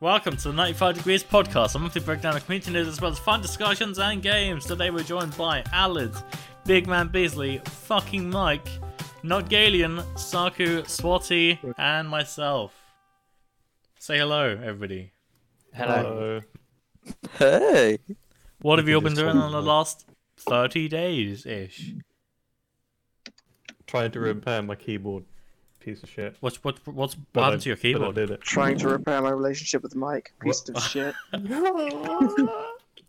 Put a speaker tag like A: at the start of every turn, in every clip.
A: Welcome to the 95 Degrees Podcast, a monthly breakdown of community news as well as fun discussions and games. Today we're joined by Alid, Big Man Beasley, fucking Mike, Not Galian, Saku, Swati, and myself. Say hello, everybody.
B: Hello.
C: Hey.
A: What have you all been doing on the last 30 days ish?
B: Trying to repair my keyboard. Piece of shit.
A: What's, what, what's
B: But
A: what happened
B: I-
A: to your
B: But I
A: keyboard?
B: did it.
D: trying to repair my relationship with Mike. Piece of shit.
A: It
C: I didn't know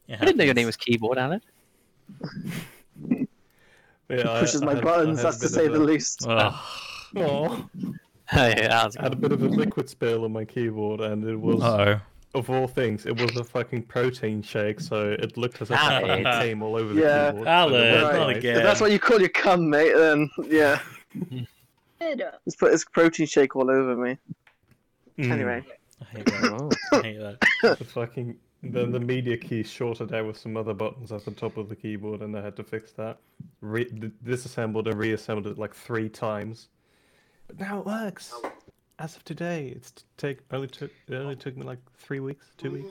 C: your
A: happens.
C: name was Keyboard Alan.
B: Yeah, I-
D: Pushes
B: I
D: my
B: had- I
D: buttons,
B: had a
D: that's to
B: bit
D: say
B: of
D: the
B: a-
D: least.
A: Ugh.
B: Aw.
C: Hey, Alan's
B: I had a bit of a liquid spill on my keyboard, and it was
A: Uh-oh.
B: of all things, it was a fucking protein shake, so it looked as if I had
C: Alex.
B: came all over the
D: Yeah.
B: keyboard.
A: Alan,
B: But it
A: not
B: was
A: again.
D: If that's what you call your cum, mate, then yeah. It's put his protein shake all over me.
B: Mm.
D: Anyway,
A: I hate that. I hate that.
B: the fucking then the media key shorted out with some other buttons at the top of the keyboard, and I had to fix that. Re- d- disassembled and reassembled it like three times, but now it works. As of today, it's t- take only took it only took me like three weeks, two weeks.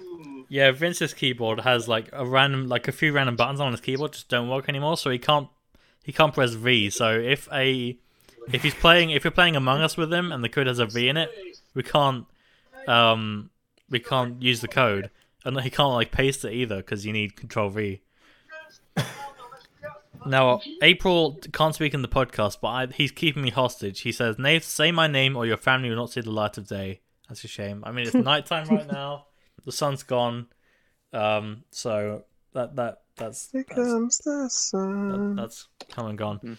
A: Yeah, Vince's keyboard has like a random, like a few random buttons on his keyboard just don't work anymore, so he can't he can't press V. So if a if he's playing, if you're playing Among Us with him and the code has a V in it, we can't um we can't use the code, and he can't like paste it either because you need Control V. Now April can't speak in the podcast, but I, he's keeping me hostage. He says, "Nate, say my name or your family will not see the light of day." That's a shame. I mean, it's nighttime right now. The sun's gone. Um, so that that that's
D: here
A: that's,
D: comes the
A: that,
B: Uh,
D: sun.
A: that's come and gone.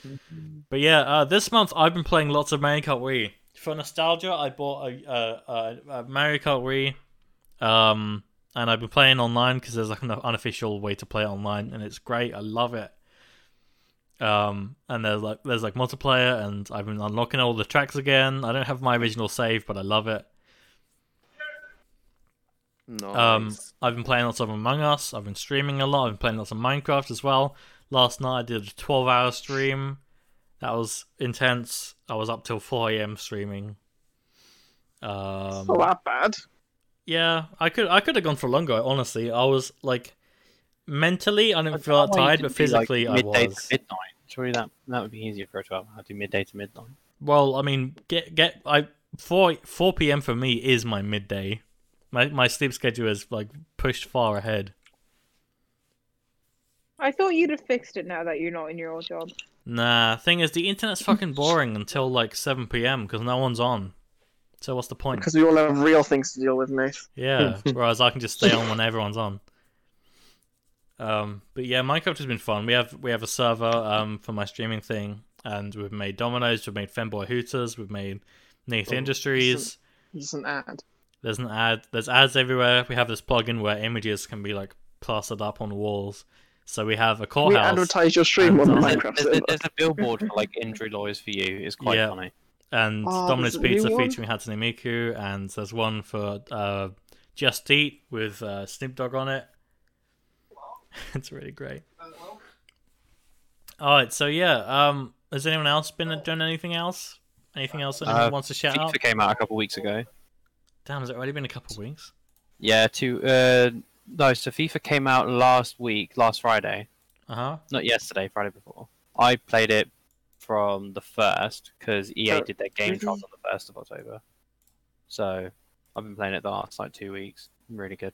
A: But yeah, uh, this month I've been playing lots of Mario Kart Wii. For nostalgia, I bought a, a, a, a Mario Kart Wii, um, and I've been playing online because there's like an unofficial way to play online, and it's great. I love it. Um, and there's like there's like multiplayer, and I've been unlocking all the tracks again. I don't have my original save, but I love it.
C: Oh, Nice.
A: Um, I've been playing lots of Among Us. I've been streaming a lot. I've been playing lots of Minecraft as well. Last night I did a 12 hour stream. That was intense. I was up till 4 a.m. streaming. Um,
D: Not that bad.
B: Hmm.
A: yeah, I could I could have gone for longer. Honestly, I was like mentally I didn't feel that tired, but physically I
C: midday
A: was.
C: To midnight. Surely that that would be easier for a twelve. I'd do midday to midnight.
A: Well, I mean, get get I four four p.m. for me is my midday. My my sleep schedule is like pushed far ahead.
E: I thought you'd have fixed it now that you're not in your old job.
A: Nah, thing is, the internet's fucking boring until like 7 p.m. because no one's on. So what's the point?
D: Because we all have real things to deal with, mate.
A: Yeah, whereas I can just stay on when everyone's on. Um, but yeah, Minecraft has been fun. We have we have a server um for my streaming thing, and we've made Dominoes, we've made Femboy Hooters, we've made Nath
B: Oh,
A: Industries.
D: Just an ad.
A: There's an ad. There's ads everywhere. We have this plugin where images can be like plastered up on walls. So we have a
D: we
A: courthouse.
D: advertise your stream on the
A: There's-
D: Minecraft
C: there's,
D: server.
C: a, there's a billboard for like injury lawyers for you. It's quite
A: Yeah.
C: funny.
A: and
D: Oh,
A: Domino's
D: there's a new
A: Pizza
D: one?
A: featuring Hatsune Miku, and there's one for uh, Just Eat with uh, Snoop Dogg on it. it's really great. All right, so yeah, um, has anyone else been doing anything else? Anything else anyone
C: Uh,
A: wants to shout out?
C: FIFA came out a couple weeks ago.
A: Damn, has it already been a couple of weeks?
C: Yeah. To uh, no. So FIFA came out last week, last Friday.
A: Uh huh.
C: Not yesterday, Friday before. I played it from the first because EA
D: So,
C: did their game
D: really?
C: trials on the first of October. So I've been playing it the last like two weeks. Really good.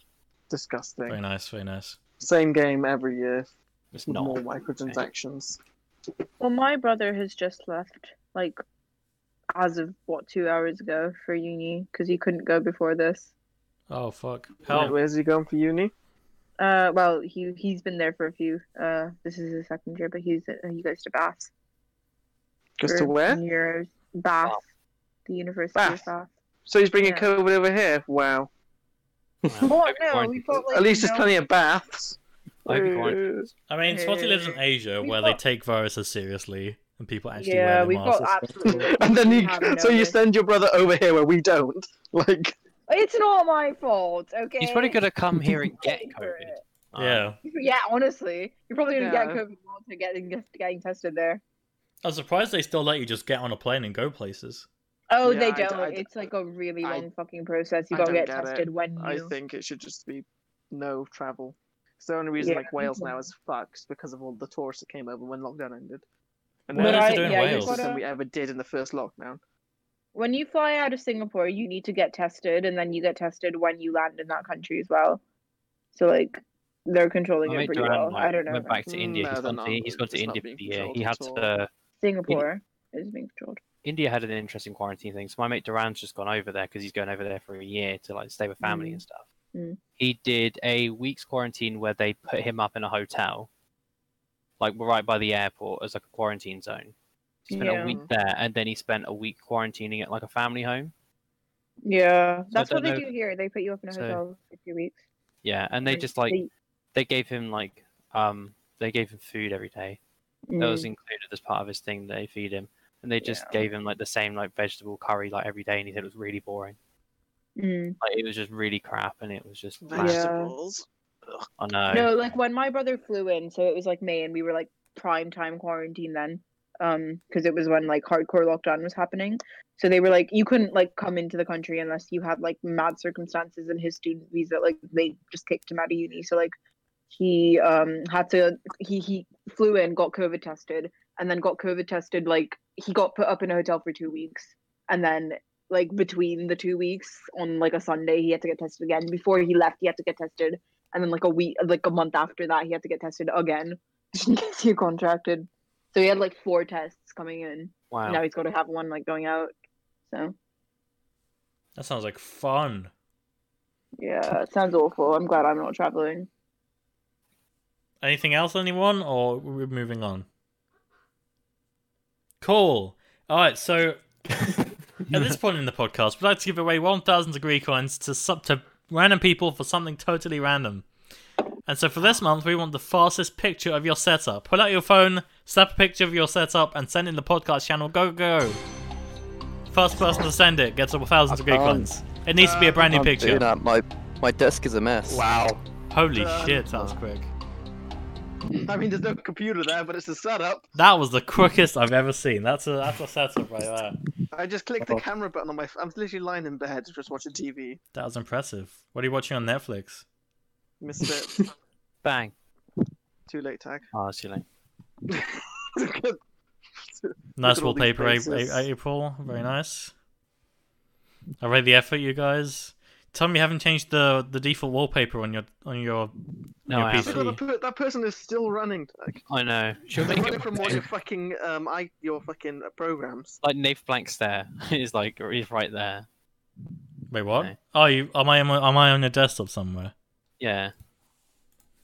D: Disgusting.
A: Very nice, very nice.
D: Same game every year.
C: It's
D: with
C: not.
D: More microtransactions.
E: Well, my brother has just left, like, as of what, two hours ago for uni, because he couldn't go before this.
A: Oh fuck!
D: Wait,
A: Hell,
D: where's he going for uni?
E: Uh, well, he he's been there for a few. Uh, this is his second year, but he's uh, he goes to Bath.
D: Goes
E: for
D: to where?
E: Euros. Bath, the University
D: Bath.
E: of Bath.
D: So he's bringing
E: Yeah.
D: COVID over here? Wow.
E: Well,
C: Hope he
E: no,
C: quarantines.
E: we've got like
D: At least there's
E: no-
D: plenty of baths.
C: I hope he
D: Uh,
C: quarantines.
A: I mean, Swati lives in Asia,
E: We've
A: where they
E: got-
A: take viruses seriously, and people actually
E: Yeah,
A: wear
E: we've
A: their
E: got
A: masks.
E: absolutely.
D: And then
E: we
D: you,
E: haven't
D: so you
E: noticed.
D: send your brother over here where we don't. Like,
E: It's not my fault, okay?
C: He's probably gonna come here and get
E: Pay for
C: COVID.
E: it.
C: Uh,
A: yeah,
E: Yeah, honestly, you're probably gonna
D: Yeah.
E: get COVID while to getting getting tested there.
A: I'm surprised they still let you just get on a plane and go places.
E: Oh,
D: Yeah,
E: they
D: I d-
E: don't.
D: I d-
E: it's like a really
D: I-
E: long fucking process. You
D: I
E: gotta
D: don't
E: get,
D: get it.
E: tested when
D: I
E: you.
D: think it should just be no travel. It's the only reason
E: Yeah.
D: like Wales now is fucked because of all the tourists that came over when lockdown ended. And
A: What
D: now
A: is it
D: it's
A: doing
D: the
A: in
D: worst
A: Wales?
D: system we ever did in the first lockdown.
E: When you fly out of Singapore, you need to get tested, and then you get tested when you land in that country as well. So like, they're controlling
C: My
E: it
C: mate
E: pretty
C: Duran,
E: well.
C: like,
E: I don't know.
C: Went back to India.
D: No,
C: he's
D: they're
C: gone
D: not.
C: to, he's gone to
D: It's not
C: India for
D: being
C: the year.
D: controlled
C: He
D: at
C: had
D: all.
C: to.
E: Singapore is being controlled.
C: India had an interesting quarantine thing. So my mate Duran's just gone over there because he's going over there for a year to like stay with family
E: Mm.
C: and stuff.
E: Mm.
C: He did a week's quarantine where they put him up in a hotel, like right by the airport, as like a quarantine zone. He spent
E: Yeah.
C: a week there, and then he spent a week quarantining at like a family home.
E: Yeah, that's
C: don't
E: what they
C: know-
E: do here. They put you up in a
C: so-
E: hotel for two weeks.
C: Yeah, and they
E: and
C: just like
E: they-
C: they gave him like um they gave him food every day. that was
E: Mm.
C: included as part of his thing that they feed him. And they just
E: Yeah.
C: gave him like the same like vegetable curry like every day, and he said it was really boring.
E: Mm.
C: Like it was just really crap, and it was just bland.
E: Yeah.
D: Vegetables.
C: I know.
E: No, like when my brother flew in, so it was like May, and we were like prime time quarantine then, um, because it was when like hardcore lockdown was happening. So they were like, you couldn't like come into the country unless you had like mad circumstances and his student visa. Like they just kicked him out of uni, so like he um had to he he flew in, got COVID tested, and then got COVID tested. Like he got put up in a hotel for two weeks, and then like between the two weeks on like a Sunday, he had to get tested again. Before he left, he had to get tested and then like a week like a month after that he had to get tested again just in case he contracted so he had like four tests coming in
C: Wow.
E: now he's got to have one like going out so
A: That sounds like fun.
E: yeah it sounds awful i'm glad i'm not traveling
A: Anything else, anyone, or we're moving on? Cool. All right, so at this point in the podcast, we'd like to give away 1,000 degree coins to sub to random people for something totally random. And so for this month, we want the fastest picture of your setup. Pull out your phone, snap a picture of your setup, and send it in the podcast channel. Go, go. go. First person to send it gets a 1,000 degree
F: can't.
A: coins. It needs to be a brand new
F: Can't do
A: picture.
F: that. My my desk is a mess.
B: Wow.
A: Holy
D: Um,
A: shit, that was quick.
D: I mean, there's no computer there, but it's a setup.
A: That was the quickest I've ever seen. That's a that's a setup right there.
D: I just clicked the
F: Oh.
D: camera button on my. I'm literally lying in bed just watching TV.
A: That was impressive. What are you watching on Netflix?
D: Missed it.
C: Bang.
D: Too late, tag.
C: Oh, that's too late.
A: Nice
D: at all these
A: wallpaper, A-
D: faces. Mm.
A: A- April. Very nice. I rate the effort, you guys. Tell me you haven't changed the, the default wallpaper on your on your.
C: No,
A: Your
C: I,
A: piece
D: Look
A: of-
C: haven't.
D: at that per- that person is still running. Like,
C: I know. She'll make
D: running
C: it
D: from all your fucking um, I your fucking uh, programs.
C: like Nath Blank stare. He's like he's right there.
A: Wait, what?
C: Okay.
A: Oh, you am I on my- am I on your desktop somewhere?
C: Yeah.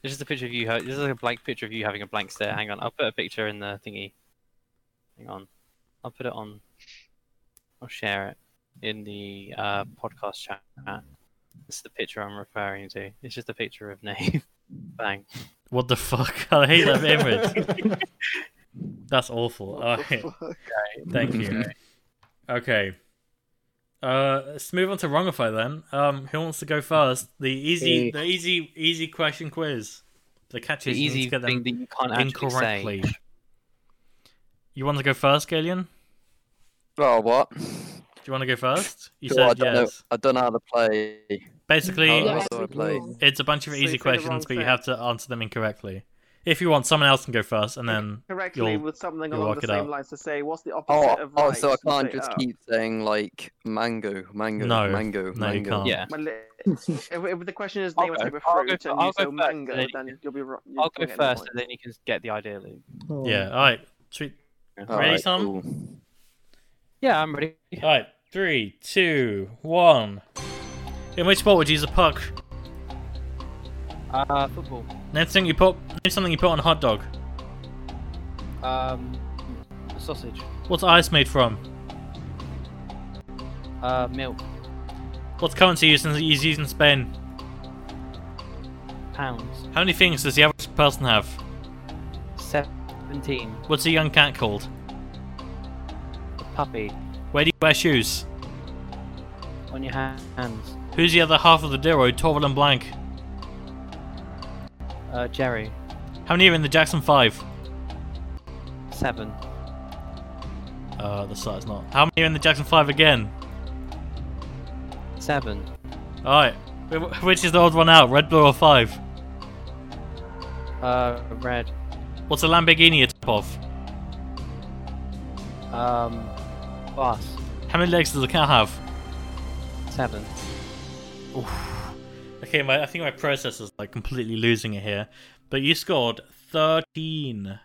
C: This is a picture of you. This is like a blank picture of you having a blank stare. Hang on, I'll put a picture in the thingy. Hang on, I'll put it on. I'll share it in the uh, podcast chat. This is the picture I'm referring to. It's just a picture of Nath. Bang.
A: What the fuck? I hate that image. That's awful.
D: What the
A: Alright,
D: fuck?
A: thank you.
C: Mm-hmm.
A: Okay. Uh, let's move on to Wrongify then. Um, who wants to go first? The easy,
F: Me.
A: the easy, easy question quiz. The catch
C: The
A: is you need
C: easy
A: to get
C: thing
A: them
C: that you can't actually
A: incorrectly.
C: say.
A: You want to go first, Gillian?
F: Oh what?
A: Do you want to go first? You
F: Sure, I
A: said
F: don't
A: yes.
F: know. I don't know how to play.
A: Basically,
F: How, how do I play?
A: it's a bunch of
D: So
A: easy
D: you say the wrong
A: questions, but you
D: thing.
A: have to answer them incorrectly. If you want, someone else can go first, and then
D: Correctly
A: You'll-
D: with something
A: you'll
D: along
A: work
D: the
A: it
D: same
A: out.
D: lines to say what's the
F: Oh,
D: opposite of right.
F: oh, so I
D: You
F: can't
D: say uh,
F: just
D: up.
F: keep saying like mango, mango,
A: No,
F: mango,
A: no,
F: mango.
A: you can't.
C: Yeah.
D: Well, li- if, if the question is
C: I'll
D: name a
C: go-
D: type of
C: I'll go
D: fruit
C: fir-
D: and
C: I'll
D: you
C: go
D: say
C: first,
D: mango,
C: then-
D: then you'll be wrong.
C: I'll go first, and then you can get the idea loop.
A: yeah. All right, sweet.
F: All
A: Ready,
F: right,
A: Tom?
F: cool.
C: Yeah, I'm ready.
A: All right, three, two, one. In which sport would you use a puck?
C: Uh, football.
A: Name something you put. Name something you put on a hot dog.
C: Um, sausage.
A: What's ice made from?
C: Uh, milk.
A: What's currency used in, is used in Spain?
C: Pounds.
A: How many fingers does the average person have?
C: Seventeen.
A: What's a young cat called?
C: Puppy.
A: Where do you wear shoes?
C: On your ha- hands.
A: Who's the other half of the duo, Torval and Blank?
C: Uh, Jerry.
A: How many are in the Jackson Five?
C: Seven.
A: Uh, the site's not. How many are in the Jackson 5 again?
C: Seven.
A: Alright. Wh- Which is the odd one out? Red, blue, or 5?
C: Uh, red.
A: What's a Lamborghini a top of?
C: Um, boss.
A: How many legs does a cat have?
C: Seven.
A: Okay, my, I think my processor's like completely losing it here. But you scored 13.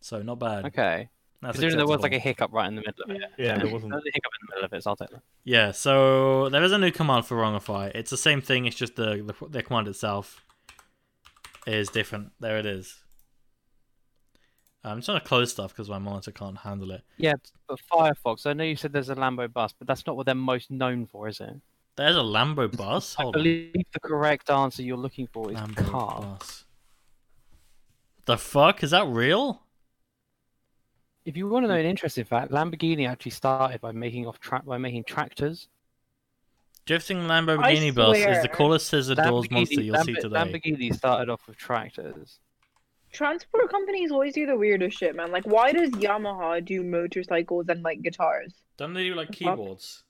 A: So, not bad.
C: Okay.
A: That's
C: Considering there was like
A: acceptable.
C: a hiccup right in the middle of it.
B: Yeah,
C: there
B: there
C: was a
B: wasn't.
C: hiccup in the middle of it, so I'll take that.
A: Yeah, so there is a new command for Wrongify. It's the same thing, it's just the, the, the command itself is different. There it is. I'm just trying to close stuff because my monitor can't handle it.
C: Yeah, but Firefox. I know you said there's a Lambo bus, but that's not what they're most known for, is it?
A: There's a Lambo bus? Hold
C: I
A: on.
C: believe the correct answer you're looking for is
A: Lambo
C: car.
A: bus. The fuck? Is that real?
C: If you want to know an interesting fact, Lamborghini actually started by making off tra- by making tractors.
A: Drifting Lamborghini bus is the
E: swear.
A: coolest scissor doors monster
C: Lamborghini,
A: you'll see
C: Lambo-
A: today.
C: Lamborghini started off with tractors.
E: Transport companies always do the weirdest shit, man. Like, why does Yamaha do motorcycles and like guitars?
A: Don't they do like
E: fuck?
A: keyboards?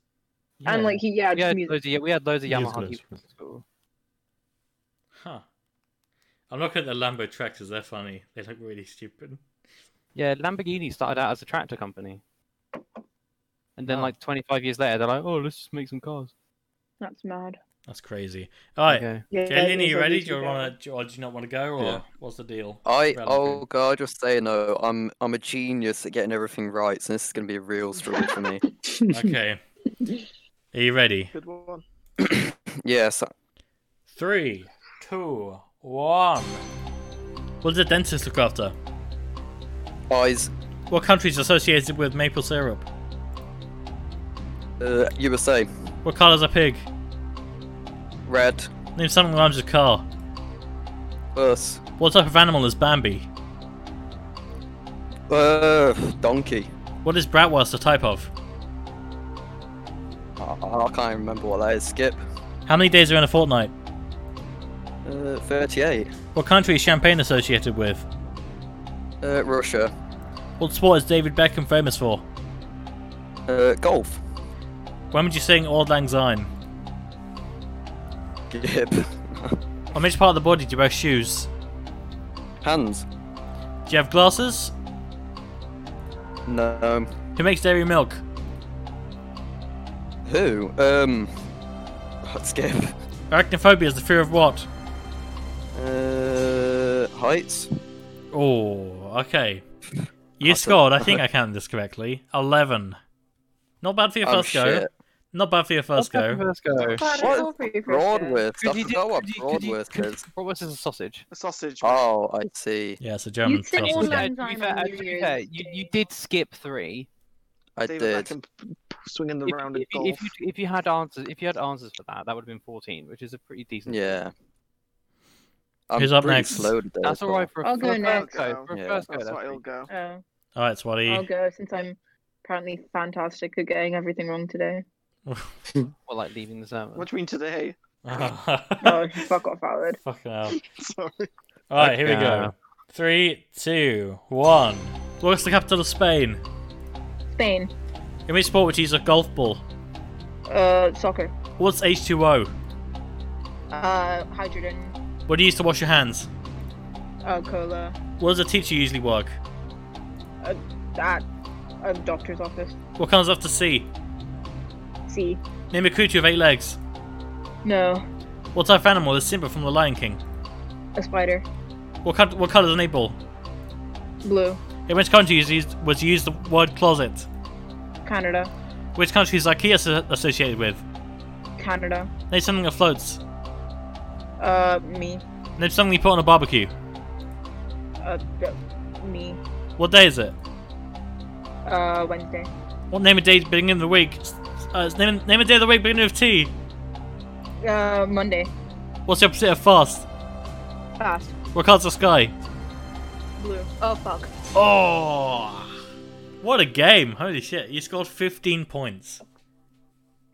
E: And like, he, yeah,
C: We
E: just
C: had,
E: music.
C: loads of, we had loads of
B: Yes,
C: Yamaha
B: yes.
C: keyboards at school.
A: Huh. I'm looking at the Lambo tractors, they're funny. They look really stupid.
C: Yeah, Lamborghini started out as a tractor company. And then,
A: Wow.
C: like 25 years later, they're like, "Oh, let's just make some cars."
E: That's mad.
A: That's crazy. Alright,
C: Okay.
E: Yeah,
A: Jalen, are
E: it is
A: you
E: a
A: ready?
E: YouTube
A: Do you
E: channel.
A: want to, or do you not want to go, or
F: Yeah.
A: what's the deal?
F: I
A: Relative.
F: oh god, just say no. I'm I'm a genius at getting everything right, so this is gonna be a real struggle for me.
A: Okay. Are you ready?
D: Good one.
F: Yes,
A: Three, two, one. What does a dentist look after?
F: eyes.
A: What countries associated with maple syrup?
F: Uh, USA,
A: What colour's a pig?
F: red,
A: Name something that rhymes with car.
F: bus,
A: What type of animal is Bambi?
F: uh, donkey.
A: What is bratwurst a type of?
F: I, I can't remember what that is. Skip.
A: How many days are in a fortnight?
F: Uh, 38.
A: What country is champagne associated with?
F: Uh, Russia.
A: What sport is David Beckham famous for?
F: Uh, golf.
A: When would you sing Auld Lang Syne?
F: Gib.
A: On which part of the body do you wear shoes?
F: Hands.
A: Do you have glasses?
F: No.
A: Who makes dairy milk?
F: Who? Um. Skip.
A: Arachnophobia is the fear of what?
F: Uh, heights.
A: Oh, okay. You
F: Awesome.
A: scored, I think I counted this correctly. 11. Not bad for your
F: Oh,
A: first go.
F: shit.
A: Not bad for your first go.
C: Let's go.
E: Glad I
F: What?
E: fell for you for a second.
F: Broadwurst. I forgot what Broadwurst is.
C: Broadwurst is a sausage.
D: A sausage.
F: Oh, I see.
A: Yeah, it's a German
E: You said
A: sausage.
E: all
C: Yeah,
E: that-
C: to be
E: Valentine
C: fair, uh,
E: on
C: to
E: New
C: be
E: Year's
C: fair, you, you did skip three.
F: I
D: David
F: did.
D: Beckham p- p- swinging the
C: If,
D: round
C: if,
D: of golf.
C: if you if you had answers if you had answers for that, that would have been fourteen, which is a pretty decent.
F: Yeah. I'm
A: Who's up
F: pretty
A: next?
F: Slow today,
C: That's
F: but-
C: all right for a,
E: I'll
C: for a first
E: go next.
C: go. For a
F: Yeah.
C: first go,
D: That's
C: that's
D: what it'll
C: pretty-
D: go.
E: Oh,
A: Alright,
E: I'll
A: Swati.
E: go since I'm apparently fantastic at getting everything wrong today.
C: Or like leaving the server.
D: What do you mean today?
E: Oh, fuck off, Alad.
A: Fucking hell.
D: Sorry.
A: Alright, here we
C: Okay.
A: go. Three, two, one. What's the capital of Spain?
E: Spain.
A: In which sport would you use a golf ball?
E: Uh, soccer.
A: What's H2O?
E: Uh, hydrogen.
A: What do you use to wash your hands?
E: Uh, cola.
A: What does a teacher usually work?
E: At a uh, doctor's office.
A: What comes after C?
E: C.
A: Name a creature with eight legs.
E: No.
A: What type of animal is Simba from The Lion King?
E: A spider.
A: What, co- what colour is an eight ball?
E: Blue.
A: In which country is used, was used the word closet?
E: Canada.
A: Which country is IKEA asso- associated with?
E: Canada.
A: Name something that floats.
E: Uh, me.
A: Name something you put on a barbecue.
E: Uh, d- me.
A: What day is it?
E: Uh, Wednesday.
A: What name a day beginning of the week? Uh, name, name a day of the week beginning with T.
E: Uh, Monday.
A: What's the opposite of fast?
E: Fast.
A: What colour's the sky?
E: Blue. Oh, fuck.
A: Oh, what a game! Holy shit, you scored 15 points.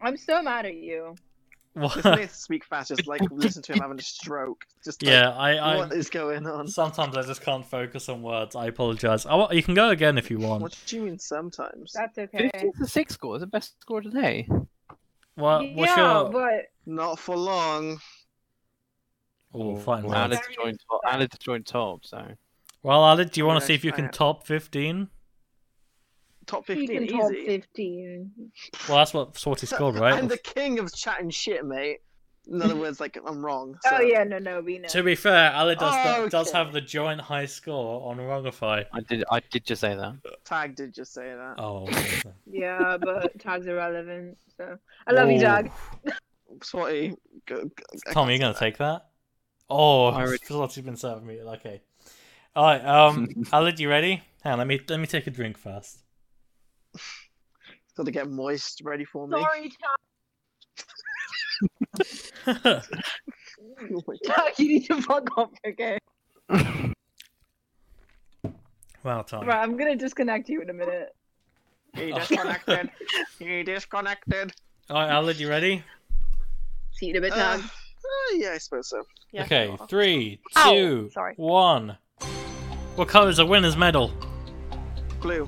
E: I'm so mad at you.
D: Listen
A: What?
D: to speak fast, just like listen to him having a stroke. Just like,
A: Yeah, I, I
D: what is going on?
A: sometimes I just can't focus on words. I apologize. I, wa- you can go again if you want.
D: What do you mean sometimes?
E: That's okay.
C: 15 to 6 score is the best score today.
A: What? Uh, What's
E: yeah,
A: your?
E: but
D: Not for long.
A: Oh, fine.
B: Wow.
A: words.
C: Added to join top. Added to join top. So
A: Well, Alid, do you want to
D: Yeah,
A: see if you
D: I
A: can
D: am.
A: top fifteen?
D: Top
E: you
D: 15
E: can
D: easy.
E: top fifteen.
A: Well, that's what Sorty scored, right?
D: I'm the king of chatting shit, mate. In other words, like I'm wrong.
E: Oh
D: so-
E: yeah, no, no, we know.
A: To be fair, Alid does does
D: Oh, Okay.
A: have the joint high score on Wrongify.
C: I did. I did just say that.
D: Tag did just say that.
A: Oh,
E: Yeah, but tags are relevant. So I love you,
A: Ooh.
E: tag.
D: Swatty, go, go, I
A: Tom, are you
D: can't-
A: gonna take that? Oh,
C: I already-
A: Sorty's been serving me. Okay. All right. Um, Alid, you ready? Hang on, let me let me take a drink first.
D: Got to get moist ready for me.
E: Sorry,
A: All
D: Oh my
E: tag. tag. You need to fuck off. Okay.
A: wow, Tom.
E: Right, I'm gonna disconnect you in a minute.
D: God,
A: Oh.
D: He disconnected. he disconnected.
A: All right, Alid, you ready?
E: See you in a bit,
D: Uh,
E: tag.
D: uh, yeah, I suppose so.
E: Yeah,
A: okay,
E: sure.
A: three,
E: Ow,
A: two,
E: sorry.
A: one. What colour is a winner's medal?
D: Blue.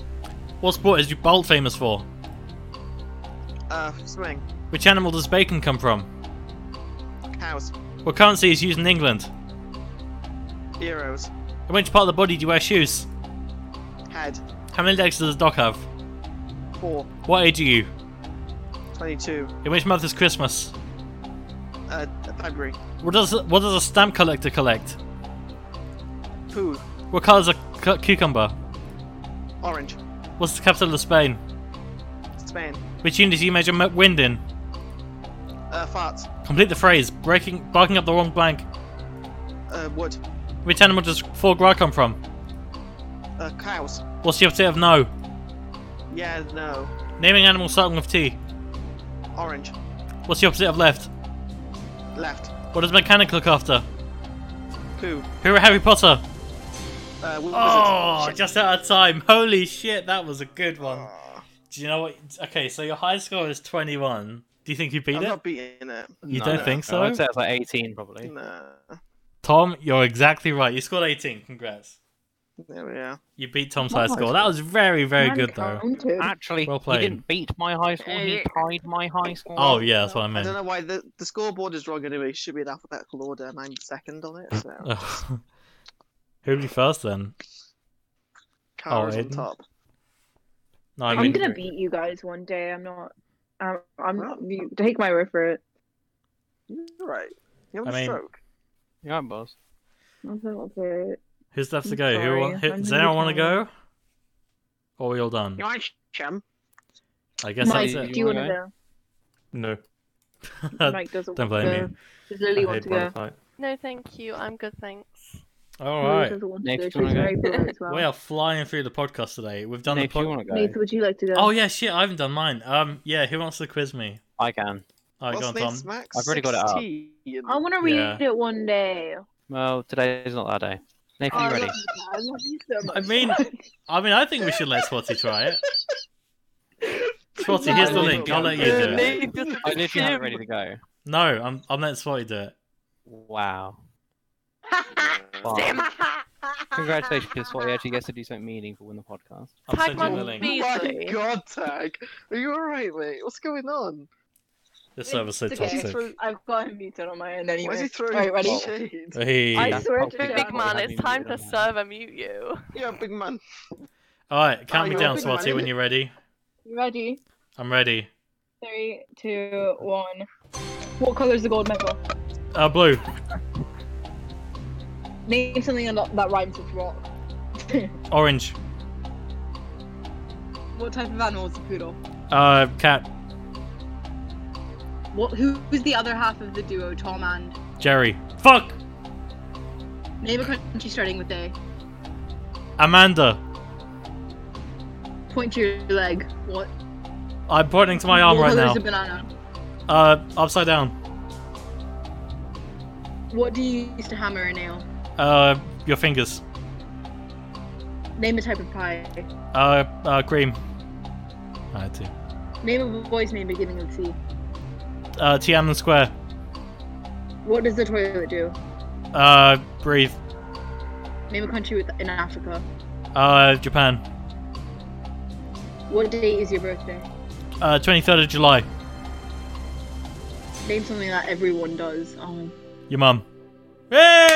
A: What sport is you bolt famous for?
D: Uh, swing.
A: Which animal does bacon come from?
D: House.
A: What currency is used in England?
D: Euros.
A: In which part of the body do you wear shoes?
D: Head.
A: How many legs does a dog have?
D: Four.
A: What age are you?
D: 22.
A: In which month is Christmas?
D: Uh, February.
A: What does what does a stamp collector collect?
D: Poo.
A: What colour is a cu- cucumber?
D: Orange.
A: What's the capital of Spain?
D: Spain.
A: Which unit do you measure m- wind in?
D: Uh, farts.
A: Complete the phrase. Breaking barking up the wrong blank.
D: Uh, wood.
A: Which animal does foie gras come from?
D: Uh, cows.
A: What's the opposite of no?
D: Yeah, no.
A: Naming animal starting with T.
D: Orange.
A: What's the opposite of left?
D: Left.
A: What does mechanic look after?
D: Poo.
A: Who wrote Harry Potter?
D: Uh, wi-
A: Oh,
D: wizard.
A: just out of time. Holy shit, that was a good one.
D: Uh,
A: Do you know what? Okay, so your high score is 21. Do you think you beat
D: I'm
A: it?
D: not beating it.
A: You don't think so?
C: I'd say it's like 18 probably.
D: No.
A: Tom, you're exactly right. You scored 18. Congrats.
D: There we are.
A: You beat Tom's
C: My
A: high
C: high
A: score. That was very, very
E: Man
A: good, though.
E: counted.
C: Actually,
A: Well
C: he
A: played.
C: didn't beat my high score. He
E: Eh.
C: tied my high score.
A: Oh, yeah, that's what I
D: I don't
A: meant.
D: know why the, the scoreboard is wrong anyway. It should be in alphabetical order, and I'm second on it. So
A: Oh, Who would be first then?
D: Cara's on
A: Aiden.
D: top.
A: No,
E: I
A: I
E: am
A: mean,
E: gonna beat you guys one day. I'm not. I'm. I'm not. You, take my word for it.
D: You're right. You have
A: I
D: a
A: mean-
D: stroke.
C: Yeah, I'm boss.
E: I'll take for it.
A: who's left to
E: I'm
A: go? Who
E: sorry,
A: want, who,
E: I'm
A: does
E: really
A: anyone want to
E: tired.
A: go? Or are we all done?
D: You're right, chum.
A: I guess that's
E: Mike, do
A: it.
E: you want
C: wanna
E: to
B: No.
E: go? Mike doesn't.
A: Don't
E: want to
A: blame
E: go. Does Lily
B: I
E: want
B: hate
E: to go?
B: Bonafide.
G: No, thank you. I'm good, thanks.
A: All
E: Lily
A: right.
E: doesn't want to
C: Next
E: go.
C: you wanna
E: She's very
G: go?
E: polite as well.
A: We are flying through the podcast today. We've done
C: Nate,
A: the
C: you
A: podcast.
C: want to go?
E: Nath, would you like to go?
A: Oh yeah, shit! I haven't done mine. Um, yeah, who wants to quiz me?
C: I can.
A: All right, go on, Tom.
D: Nate's max?
C: I've already got it up.
D: 16.
E: I want to read
A: Yeah.
E: it one day.
C: Well, today is not that day. Nathan,
E: Oh,
C: you
E: I
C: ready?
E: love you, I love you so
A: I
E: much.
A: mean, I mean, I think we should let Swati try it. Swati, here's the link. I'll let you do it.
C: I literally have it ready to go.
A: No, I'm I'm letting Swati do it.
C: Wow.
D: Uh,
C: Wow. Congratulations, Swati actually gets to do something meaningful in the podcast.
A: I'll send
G: Tag
A: you the
G: my
A: link.
G: feet.
D: Oh my
G: Easily.
D: god, Tag. Are you alright, mate? What's going on?
A: This server's so
E: It's okay.
A: toxic.
E: I've got him muted on my end anyway.
D: Why is he throwing
E: Right, ready?
D: shade?
A: Hey.
E: I
C: Yeah.
E: swear to
C: Big
E: God.
G: Big man,
C: Yeah.
G: it's time to server mute you.
D: Yeah, big man.
A: All right, count me
D: you're
A: down,
D: open, man,
A: Swati, when
D: isn't
A: you're ready.
E: You ready?
A: I'm ready.
E: Three, two, one. What color is the gold medal?
A: Uh, blue.
E: Name something on that that rhymes with rock.
A: Orange.
E: What type of animal is the poodle?
A: Uh, cat.
E: What? Who's the other half of the duo, Tom and?
A: Jerry. Fuck.
E: Name a country starting with A.
A: Amanda.
E: Point to your leg. What?
A: I'm pointing to my arm
E: what
A: right
E: color
A: now.
E: is a banana?
A: Uh, upside down.
E: What do you use to hammer a nail?
A: Uh, your fingers.
E: Name a type of pie.
A: Uh, uh, cream. I had to.
E: Name a boy's name beginning with C.
A: Uh, Tiananmen Square.
E: What does the toilet do?
A: Uh, breathe.
E: Name a country with, in Africa.
A: Uh, Japan.
E: What date is your birthday?
A: Uh, 23rd of July.
E: Name something that everyone does. Um,
A: Your mum.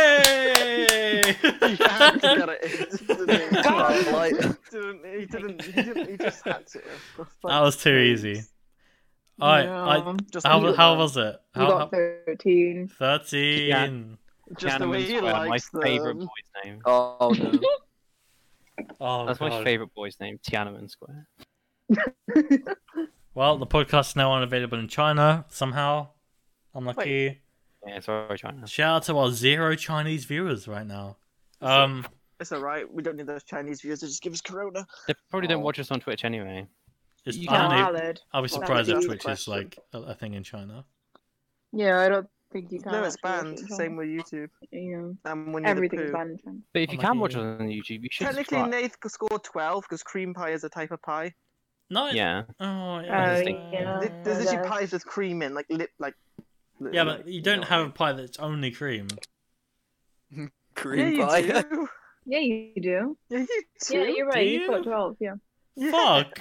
A: Hey!
D: He had to get it. in, didn't he?
F: Right, like,
D: Didn't- he didn't. He didn't. He just had to.
A: That was too easy. I, I,
D: Yeah, just
A: how,
D: leave it
A: how
D: there.
A: was it?
E: you got
A: How, how,
E: 13.
A: 13.
D: Just the um, way he
C: Square, my
D: likes them.
C: favorite boy's name.
F: oh no.
A: Oh,
C: That's my
A: God.
C: favorite boy's name, Tiananmen Square.
A: Well, the podcast is now unavailable in China somehow. Unlucky.
C: Yeah, sorry, China.
A: Shout out to our zero Chinese viewers right now. Um,
D: It's alright, we don't need those Chinese viewers to just give us Corona.
C: They probably don't
F: Oh.
C: watch us on Twitch anyway.
A: it's,
C: You
A: I, don't
C: can't-
A: know,
E: valid.
A: I was
D: Well,
A: surprised
D: that's
A: that
D: a
A: Twitch is
D: question.
A: like a, a thing in China.
E: Yeah, I don't think you can.
D: No, it's
E: actually
D: banned.
E: watch it.
D: Same with YouTube.
E: Yeah.
D: And when you're the
E: Everything's
D: poo.
E: banned. in China.
C: But if you
A: Oh,
C: can
A: lucky
C: watch
A: you.
C: us on YouTube, you should
D: Technically,
C: subscribe.
D: Nath could score 12 because cream pie is a type of pie.
A: No, it-
C: Yeah.
A: Oh,
E: Oh,
A: yeah.
E: yeah.
D: Th- There's
E: Oh,
D: literally
E: yeah.
D: pies with cream in, like lip, like.
A: Yeah,
D: like,
A: but you don't
D: know
A: have a
D: what
A: pie that's only cream.
D: I mean.
F: Green
D: Yeah, you
F: pie.
D: do.
E: Yeah, you do.
D: Yeah, you do.
E: Yeah, you're right. You've
A: you?
E: got 12. Yeah.
D: Yeah.
A: Fuck.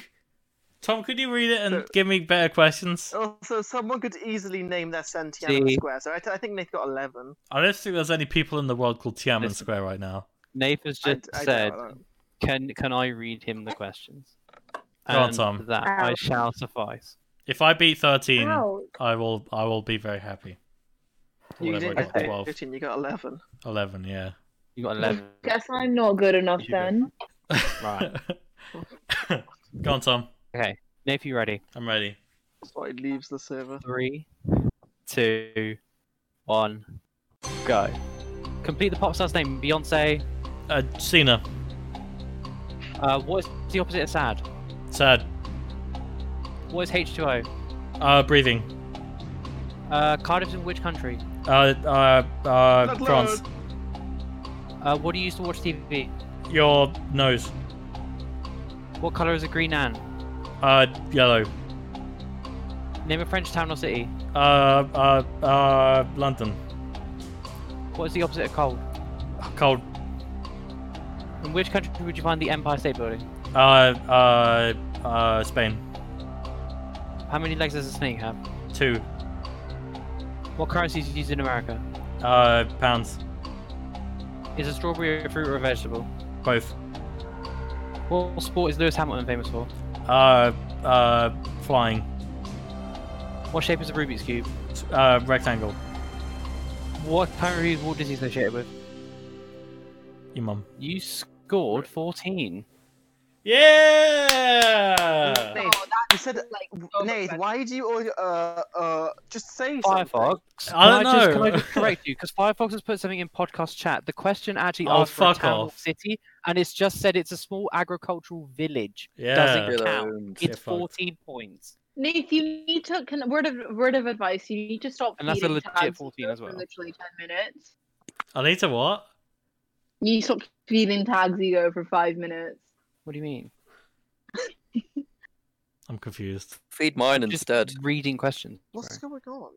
A: Tom, could you read it and
D: So-
A: give me better questions?
D: Also, someone could easily name their son
C: See.
D: Tiananmen Square, so I, t- I think they've got 11.
A: I don't think there's any people in the world called Tiananmen
C: Listen.
A: Square right now.
C: Nathan's
D: I-
C: just
D: I doubt
C: said,
D: that.
C: "Can can I read him the questions?"
A: Go on,
C: And
A: Tom.
C: That I
E: Ow.
C: shall suffice.
A: If I beat 13,
E: Ow.
A: I will I will be very happy.
D: You
A: Whatever I
D: didn't
A: got,
D: get
A: 12.
D: 15, you got 11.
A: 11, yeah.
C: You got eleven.
E: Guess I'm not good enough
C: You do.
E: then.
C: Right.
A: Go on, Tom.
C: Okay, Nathan, you ready?
A: I'm ready.
D: That's why he leaves the server.
C: Three, two, one, go. Complete the pop star's name, Beyonce.
A: Uh, Cena,
C: Uh, what is the opposite of sad?
A: sad.
C: What is H2O?
A: Uh, breathing.
C: Uh, Cardiff's in which country?
A: Uh, uh, uh,
D: Blood
A: France.
C: Uh, what do you use to watch TV?
A: Your nose.
C: What colour is a green ant?
A: Uh, yellow.
C: Name a French town or city.
A: Uh, uh, uh, London.
C: What is the opposite of cold?
A: Cold.
C: In which country would you find the Empire State Building?
A: Uh, uh, uh, Spain.
C: How many legs does a snake have?
A: Two.
C: What currency is used in America?
A: Uh, pounds.
C: Is a strawberry a fruit or a vegetable?
A: Both.
C: What sport is Lewis Hamilton famous for?
A: Uh, uh, flying.
C: What shape is a Rubik's Cube?
A: Uh, rectangle.
C: What country is Walt Disney associated with?
A: Your mum.
C: You scored 14.
A: Yeah!
D: Nath, you said,
E: Oh, Like,
D: Nath, why do you always, uh, uh, just say something?
C: Firefox?
A: I don't
C: can I just,
A: know.
C: Can I just correct you? Because Firefox has put something in podcast chat. The question actually
A: Oh,
C: asked for a
A: fuck
C: town or
A: off.
C: city, and it's just said it's a small agricultural village.
A: Yeah.
C: Doesn't
F: Get
C: count.
F: owned.
A: Yeah,
C: It's
A: fuck.
C: 14 points.
E: Nath, you need to can, word of word of advice. You need to stop.
C: And that's a
E: feeding
C: legit
E: tabs
C: 14 as
E: for
C: well.
E: Literally ten minutes.
A: Anita, what?
E: You need to stop feeding tags ego for five minutes.
C: What do you mean?
A: I'm confused.
F: Feed mine
C: Just
F: instead.
C: reading questions.
D: What's
C: bro.
D: going on?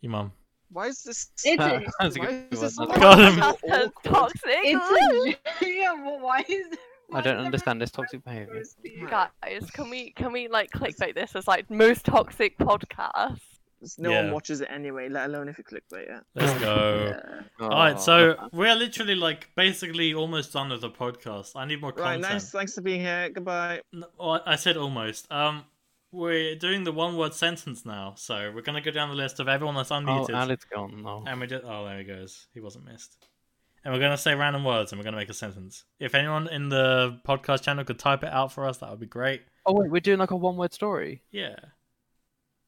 A: Your mum.
D: Why is this?
E: It's
C: That-
E: a,
C: that's a
D: why
C: good
D: is this
C: one.
D: so
A: Got him.
G: That's
D: awkward?
G: toxic.
E: it's a yeah. But why is?
C: I
E: why
C: don't
E: is
C: understand this toxic behavior.
E: everyone-
G: Guys, can we can we like clickbait this as like most toxic podcast?
D: No
A: Yeah.
D: one watches it anyway, let alone if you clickbait it.
A: Let's go.
E: Yeah.
A: Alright,
F: Aw.
A: so we're literally like basically almost done with the podcast. I need more
D: Right,
A: content.
D: nice. Thanks for being here. Goodbye.
A: N- oh, I said almost. Um, we're doing the one word sentence now, so we're gonna go down the list of everyone that's
C: Oh,
A: unmuted.
C: Alex gone. No.
A: And we just oh there he goes. He wasn't missed. And we're gonna say random words and we're gonna make a sentence. If anyone in the podcast channel could type it out for us, that would be great.
C: Oh wait, we're doing like a one-word story.
A: Yeah.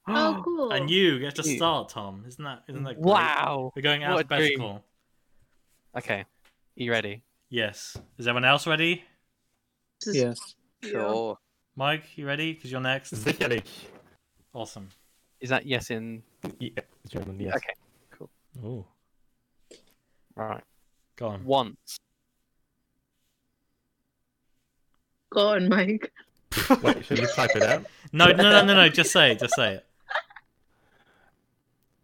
E: Oh, cool.
A: And you get to
C: You.
A: start, Tom. Isn't that isn't that great?
C: wow.
A: We're going
C: What a dream.
A: alphabetical.
C: Okay, you ready?
A: Yes. Is everyone else ready?
E: This is-
H: Yes.
F: Sure.
A: Mike, you ready? Because you're next.
B: Sicherlich.
A: Awesome.
C: Is that yes in?
B: Yeah, German, yes.
C: Okay.
A: Oh,
C: Right.
A: go on.
C: Once.
E: Go on, Mike.
B: Wait, should we type it out?
A: No, no, no, no, no. Just say it. Just say it.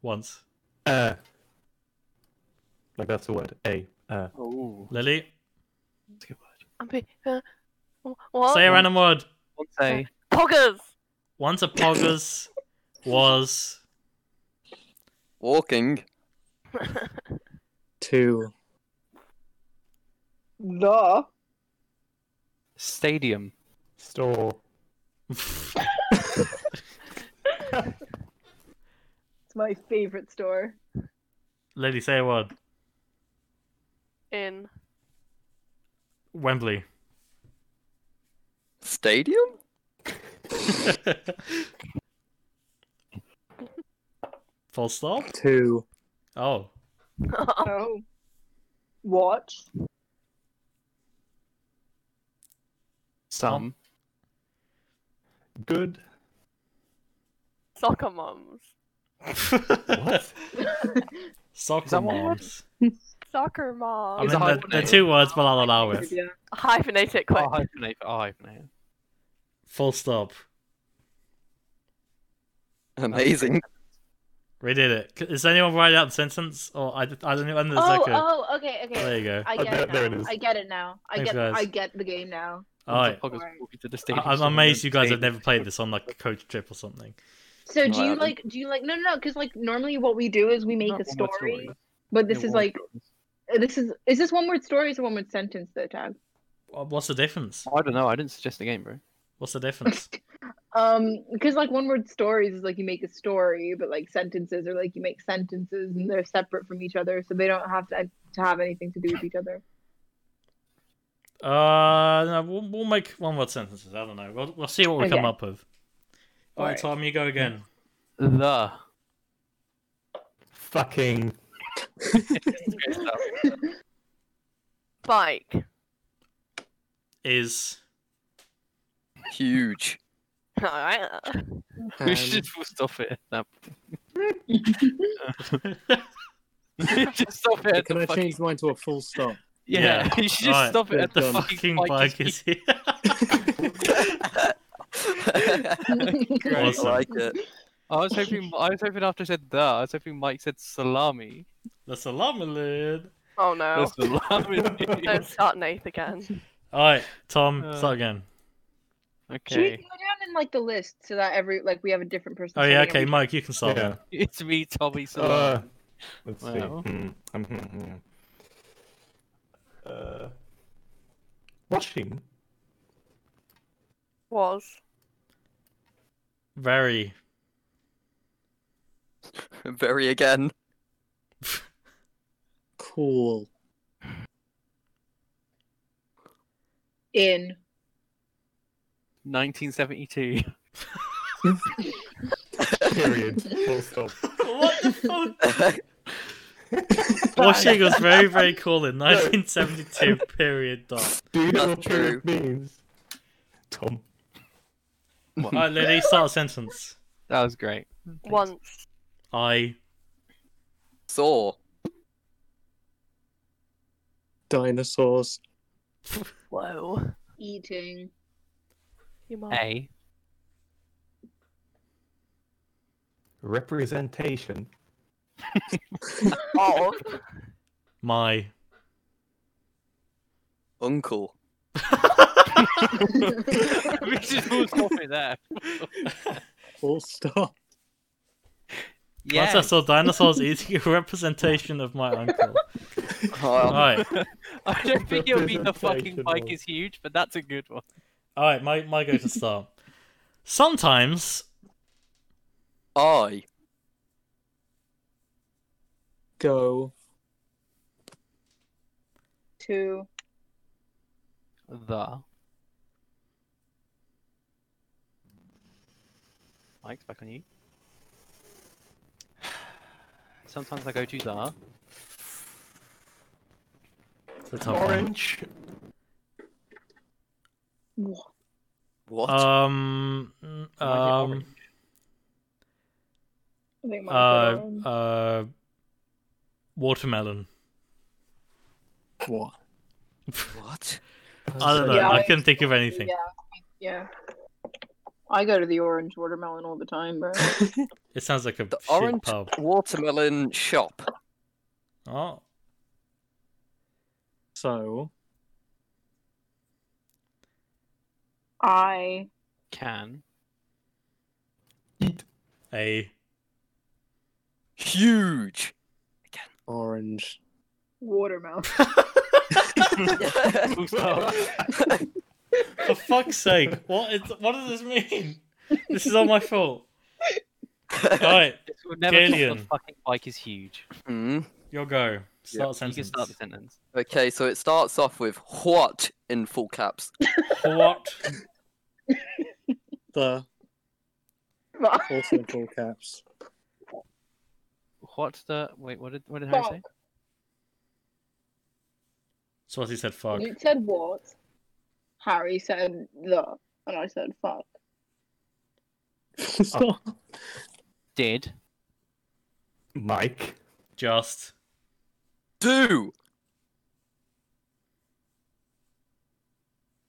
A: Once.
B: Uh, Like that's the word. A. Uh,
C: Oh,
A: Lily,
C: that's a good word.
G: I'm be- uh, wh-
I: Oh.
G: what?
A: say a random word.
C: Once a
G: Poggers.
A: Once a poggers was
F: Walking.
H: Two.
E: The
C: stadium.
B: store.
E: it's my favorite store.
A: Lily, say a word.
G: In
A: Wembley.
F: Stadium?
A: Full stop.
H: Two.
A: Oh,
E: Oh, watch.
C: Some.
B: Good.
G: soccer moms.
B: What?
C: Is
A: soccer
C: that one word?
A: moms.
G: Soccer
A: I mean,
G: moms.
C: Is it
A: they're, they're
C: hyphenated?
A: two words, but I'll allow it.
E: Yeah.
G: Hyphenate it quick.
C: Oh, hyphenate. Oh, hyphenate.
A: Full stop.
F: Amazing.
A: We did it. C- Is anyone write out the sentence? Or I, I don't know. End of the
I: Oh,
A: second.
I: oh, okay, okay.
A: There you go.
I: I
B: Oh,
I: get
B: there-
I: it
B: there
I: now.
B: it is.
I: I get it now. I
A: Thanks,
I: get
A: guys.
I: I get the game now.
C: Oh,
A: All right.
C: Poggers
I: Alright.
C: walking to the stadium.
A: I- I'm
C: so we
A: amazed
C: went
A: you guys have
C: stadium.
A: never played this on like a coach trip or something.
E: So
F: No,
E: do
F: I
E: you
F: haven't.
E: like? Do you like? No, no, no. Because like normally, what we do is we make
C: Not one
E: a
C: word
E: story,
C: stories.
E: but this
C: Yeah,
E: is
C: one word
E: like
C: stories.
E: this is is this one word stories or one word sentence though, Tag?
A: Wha- What's the difference?
C: I don't know. I didn't suggest the game, bro.
A: What's the difference?
E: Um, because like one word stories is like you make a story, but like sentences are like you make sentences and they're separate from each other, so they don't have to, to have anything to do with each other.
A: Uh, no, we'll, we'll make one word sentences. I don't know. We'll, we'll see what we come
E: Okay.
A: up with. All right,
E: Alright.
A: Tom, you go again.
C: The.
B: Fucking.
G: Bike.
A: Is
F: Huge.
G: Alright.
C: We
H: Um,
C: should just stop it. No. just stop it. At
H: can
C: the
H: I
C: fucking...
H: change mine to a full stop?
C: Yeah.
A: Yeah.
C: you should just
A: Alright.
C: stop it at the
H: Done.
C: fucking bike.
A: is here.
F: I
A: Awesome.
F: like it.
C: I was hoping. I was hoping after I said the, I was hoping Mike said salami.
A: the salami lid.
G: Oh no.
C: The salami.
G: Don't start Nate again.
A: All right, Tom,
C: Uh,
A: start again.
E: Should we go
C: okay.
E: down in like the list so that every like we have a different person?
A: Oh yeah,
E: starting
A: okay,
E: every-
A: Mike, you can start.
B: Yeah.
C: It's me, Tommy Salami.
B: Uh, let's see.
C: Wow.
B: Hmm. Um, hmm, hmm, hmm. Uh, washing.
G: Was.
A: Very.
F: Very again.
H: Cool.
E: in
C: 1972.
B: Period. Full stop.
A: what the fuck? Washing was very, very cool in 1972. Period. Dot.
B: Do you know
F: That's
B: what period means? Tom.
A: All right, Lily, start a sentence.
C: That was great.
G: Once.
A: I
F: Saw.
H: Dinosaurs.
G: Whoa.
E: eating
G: You mum.
C: A.
B: Representation.
G: Of.
A: my
F: Uncle.
C: we just will stop it there.
H: Full stop.
A: Once I saw dinosaurs eating a representation of my uncle. All
F: Oh,
A: right,
C: I don't think it'll be the fucking
B: Representation
C: bike
B: of-
C: is huge, but that's a good one.
A: all right, my my go to start. Sometimes
F: I.
H: Go.
E: to
C: The. Mike's back on you. Sometimes I go to the.
A: the top one.
B: Orange.
F: What?
A: Um, um,
C: orange.
E: I think
A: uh,
E: Mike said orange.
A: uh, watermelon.
H: What?
F: What?
A: I don't know.
E: Yeah,
A: I
E: I-
A: couldn't think of anything.
E: Yeah, yeah. I go to the orange watermelon all the time, bro.
A: It sounds like a
F: The
A: shit
F: orange
A: pub.
F: watermelon shop.
A: Oh,
H: So
E: I
C: Can.
A: A
F: Huge.
H: orange.
E: watermelon.
F: Full
A: stop. For fuck's sake, what is what does this mean? This is all my fault. Alright,
C: This will never stop.
A: Gillian.
C: The fucking bike is huge.
F: Hmm.
A: your go. Start
C: You
A: sentence.
C: can start the sentence.
F: Okay, so it starts off with what in full caps.
A: What?
H: The
E: Fuck.
H: also in full caps.
C: What the? Wait, what did what did Harry say?
A: So what he said, fuck.
E: Luke said what? Harry said the, and I said fuck.
H: Stop.
C: Did.
B: Mike.
A: Just.
F: Do.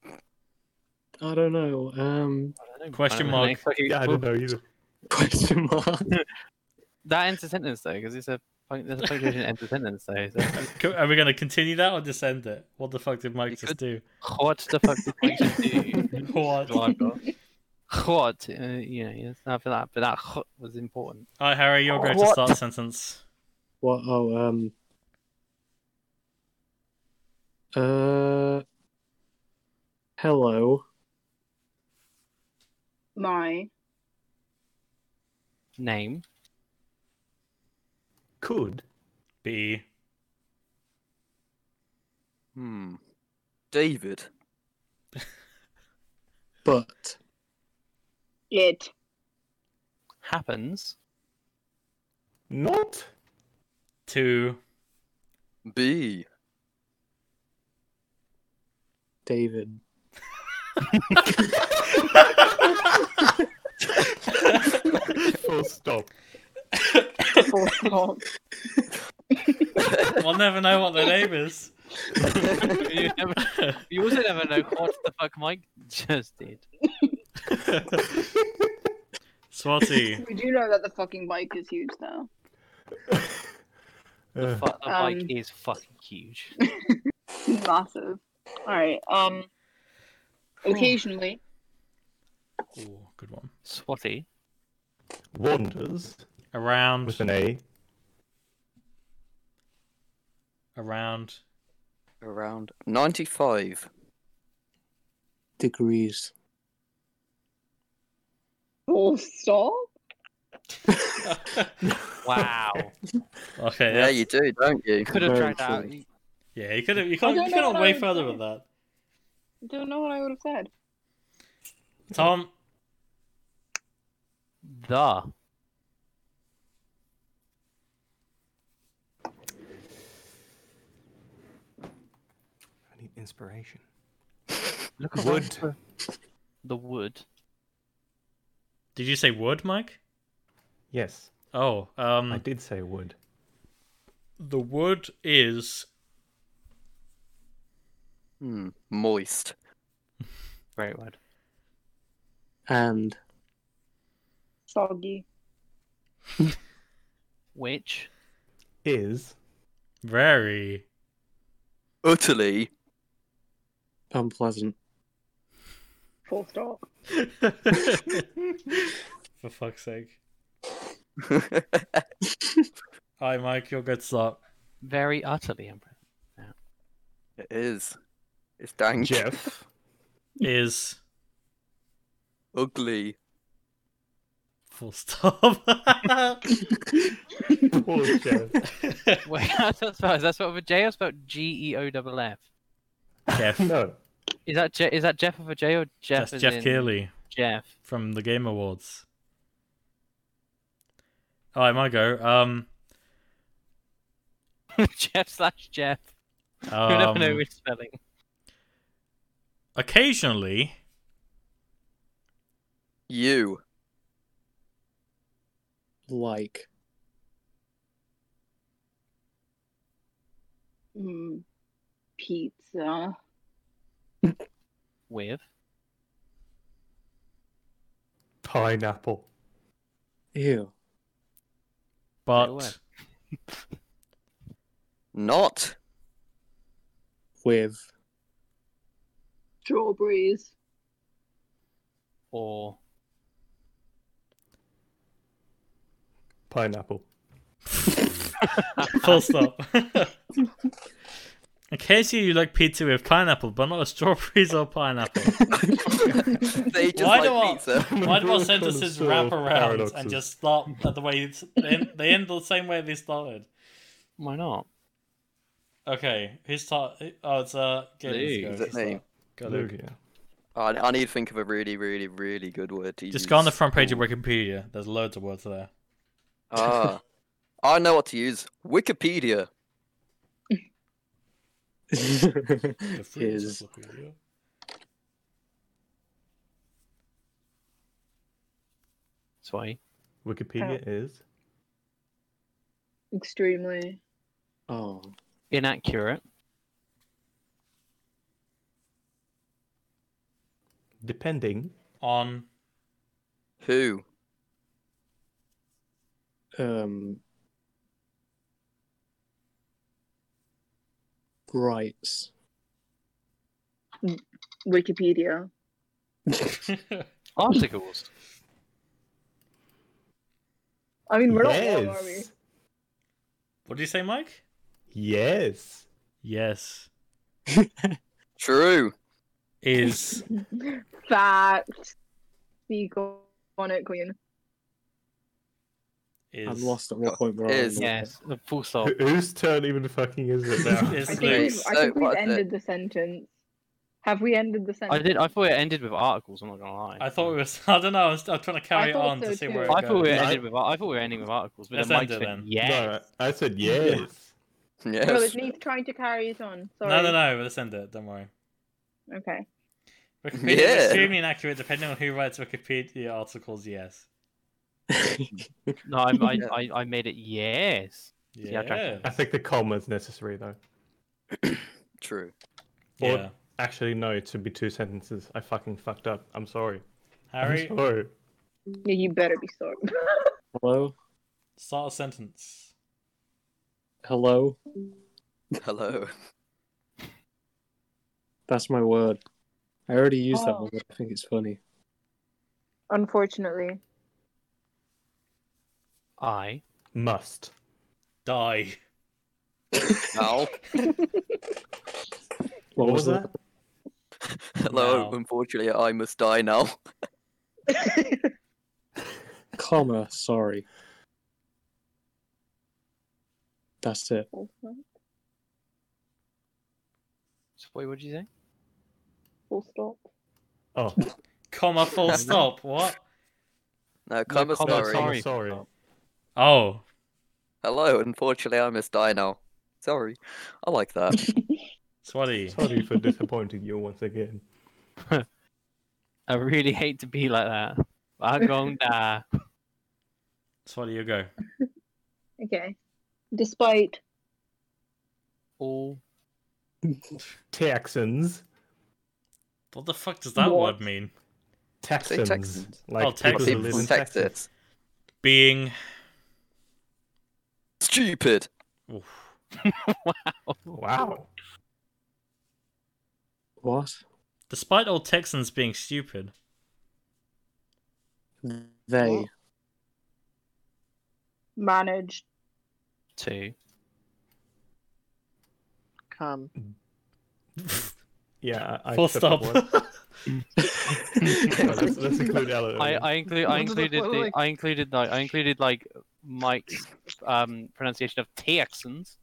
H: I don't know. Um,
C: I don't know,
A: Question
C: I don't know.
A: mark.
C: Fucking-
B: Yeah, I don't know either.
H: question mark.
C: That ends the sentence though, because it's a punc- there's a punctuation end to sentence though. So.
A: Co- Are we going to continue that or just end it? What the fuck did Mike
C: You
A: just do?
C: What the fuck did punction do?
A: What?
C: Well, I've got- What? Uh, you know, yes, after that, but that what was important.
A: Alright, Harry, your go to
F: What?
A: start the sentence.
H: What? Oh, um. Uh. Hello.
E: My
C: Name.
B: Could.
A: B.
F: Hmm. David.
H: But
E: it
C: Happens.
B: Not.
A: Two.
F: B.
H: David.
B: Full stop.
E: full stop.
A: We'll never know what their name is.
C: you, never, you also never know what the fuck Mike just did.
A: Swati.
E: We do know that the fucking bike is huge now.
B: Uh,
C: Fuck, the bike
E: Um.
C: is fucking huge.
E: Massive. All right. Um. Occasionally,
A: Ooh, good one.
C: Swatty.
B: wanders
A: Around.
B: with an A.
A: Around.
F: Around 95.
H: Degrees.
E: full stop.
C: Wow.
A: Okay.
F: Yeah,
A: Yeah.
F: you do, don't you?
C: Could have
H: Very
C: dragged out.
H: true.
A: Yeah. You could have. You can't.
E: don't
A: You
E: know
A: could have
E: what I
A: way
E: would
A: further
E: say.
A: with that.
E: Don't know what I would have said.
A: Tom.
C: The.
B: I need inspiration.
C: Look around
B: Wood.
C: for The wood.
A: Did you say wood, Mike?
B: Yes,
A: Oh.
B: I
A: Um.
B: did say wood.
A: The wood is
F: Hmm. Moist.
C: Great word.
H: And
E: Soggy.
C: Which.
B: Is
A: very.
F: Utterly.
H: unpleasant.
E: Full stop.
A: For fuck's sake. Hi, Mike. You're good. Start.
C: Very utterly impressive.
F: It is. It's dank.
B: Jeff.
A: Is.
F: Ugly.
A: Full stop.
B: Poor Jeff.
C: Wait, how's that spelled? Is that spelled with a J or spelled G E O double F?
A: Jeff.
B: No.
C: Is that Je- is that Jeff with a J or Jeff?
A: That's
C: as
A: Jeff
C: in
A: Keighley
C: Jeff.
A: from the Game Awards. All right, my go. Um,
C: Jeff slash Jeff. you never know
A: um,
C: which spelling.
A: occasionally,
F: You.
H: Like
E: Mm. Pizza.
C: With
B: Pineapple.
H: ew.
C: away.
A: but
F: Not.
H: with
I: Strawberries.
C: or
B: Pineapple.
A: Full stop. Occasionally, you like pizza with pineapple, but not with strawberries or pineapple.
F: they just
A: Why do I-
F: like pizza.
A: Why do our
B: Those kind of
A: sentences
B: sort
A: wrap
B: of
A: around and
B: paradoxes.
A: just start at the way it's, they, end, they end the same way they started?
C: why not?
A: Okay, who's start? Oh, it's uh, Galen's
C: Lou.
A: go.
F: Is it
A: Who's
F: me?
A: start? Go, Lou.
B: Lugia.
F: Oh, I, I need to think of a really, really, really good word to use.
A: Just go on the front page of Wikipedia. There's loads of words there.
F: Ah, I know what to use. Wikipedia.
A: The fruit
H: is
A: encyclopedia.
C: That's why.
B: Wikipedia is.
E: Extremely.
H: oh
C: Inaccurate.
B: Depending.
A: On
F: Who?
H: um rights.
E: Wikipedia.
C: Articles.
E: I mean, we're not wrong, are we?
B: Yes.
A: what do you say, Mike?
B: Yes.
A: Yes,
F: True.
A: is
E: Fact. Speak on it, Queen.
A: is
H: I'm lost at what point we're on.
F: Is-
C: yes. a Full
A: Oh.
C: stop.
B: Wh- Whose turn even fucking is it now?
A: Is
E: I think,
A: Luke's.
E: we've, I
F: So,
E: think we've
F: what the-
E: ended the sentence. Have we ended the
C: I
E: sentence?
C: did. I thought it ended with articles. I'm not gonna lie.
A: I thought we was. I don't know. I'm, st- I'm trying to carry it
E: thought
A: on
E: so
A: to see
E: too.
A: where it
C: I thought we were
A: goes.
B: I-
C: ending with. I thought we were ending with articles, but
A: Let's
C: then
A: end
C: Mike's
A: it then.
C: been, yeah.
B: No, I I said yes.
F: Yes.
E: No, it's me trying to carry it on. Sorry.
A: No, no, no. Let's end it. Don't worry.
E: Okay.
A: Wikipedia
F: Yeah.
A: is extremely inaccurate depending on who writes Wikipedia articles. Yes.
C: No, I, I,
F: Yeah.
C: I, I made it yes. See, I tried
A: Yeah.
B: I think the comma is necessary though.
F: True.
B: Or-
A: Yeah.
B: Actually, no. It should be two sentences. I fucking fucked up. I'm sorry.
A: Harry,
B: I'm sorry.
E: Yeah, you better be sorry.
H: Hello?
A: start a sentence.
H: Hello?
F: Hello.
H: That's my word. I already used that
E: Oh.
H: one, but I think it's funny.
E: Unfortunately.
C: I.
B: Must.
A: Die.
F: Now.
H: What, was, that?
F: Hello.
A: Now.
F: Unfortunately, I must die now.
H: Comma, sorry. That's it.
E: Full
C: So Wait, what did you say?
E: stop.
B: Oh,
A: Comma. Full stop. What?
F: No, comma,
C: comma,
F: sorry.
C: sorry.
B: I'm sorry.
A: Oh.
F: Hello. Unfortunately, I must die now. Sorry. I like that.
A: Sorry.
B: Sorry for disappointing you once again.
C: I really hate to be like that. but I'm going there.
A: Sorry. You go.
E: Okay. Despite
C: All
B: Texans.
A: What the fuck does that
E: What?
A: word mean?
B: Texans.
F: Texans.
B: Like
A: Oh,
B: people who
A: Texans.
F: People
B: live
F: from
B: in
F: Texas.
A: Being.
F: Stupid.
A: Oof.
B: Wow.
H: What?
A: Despite all Texans being stupid,
H: They.
F: What?
E: managed
C: two.
D: Come.
B: Yeah. I, I
A: full
B: accept that
A: stop.
B: one. No, let's, let's include Ella.
C: I, I include. I
D: What did I
C: included.
D: put,
C: The,
D: like-
C: I included. Like, I included like Mike's um, pronunciation of Texans.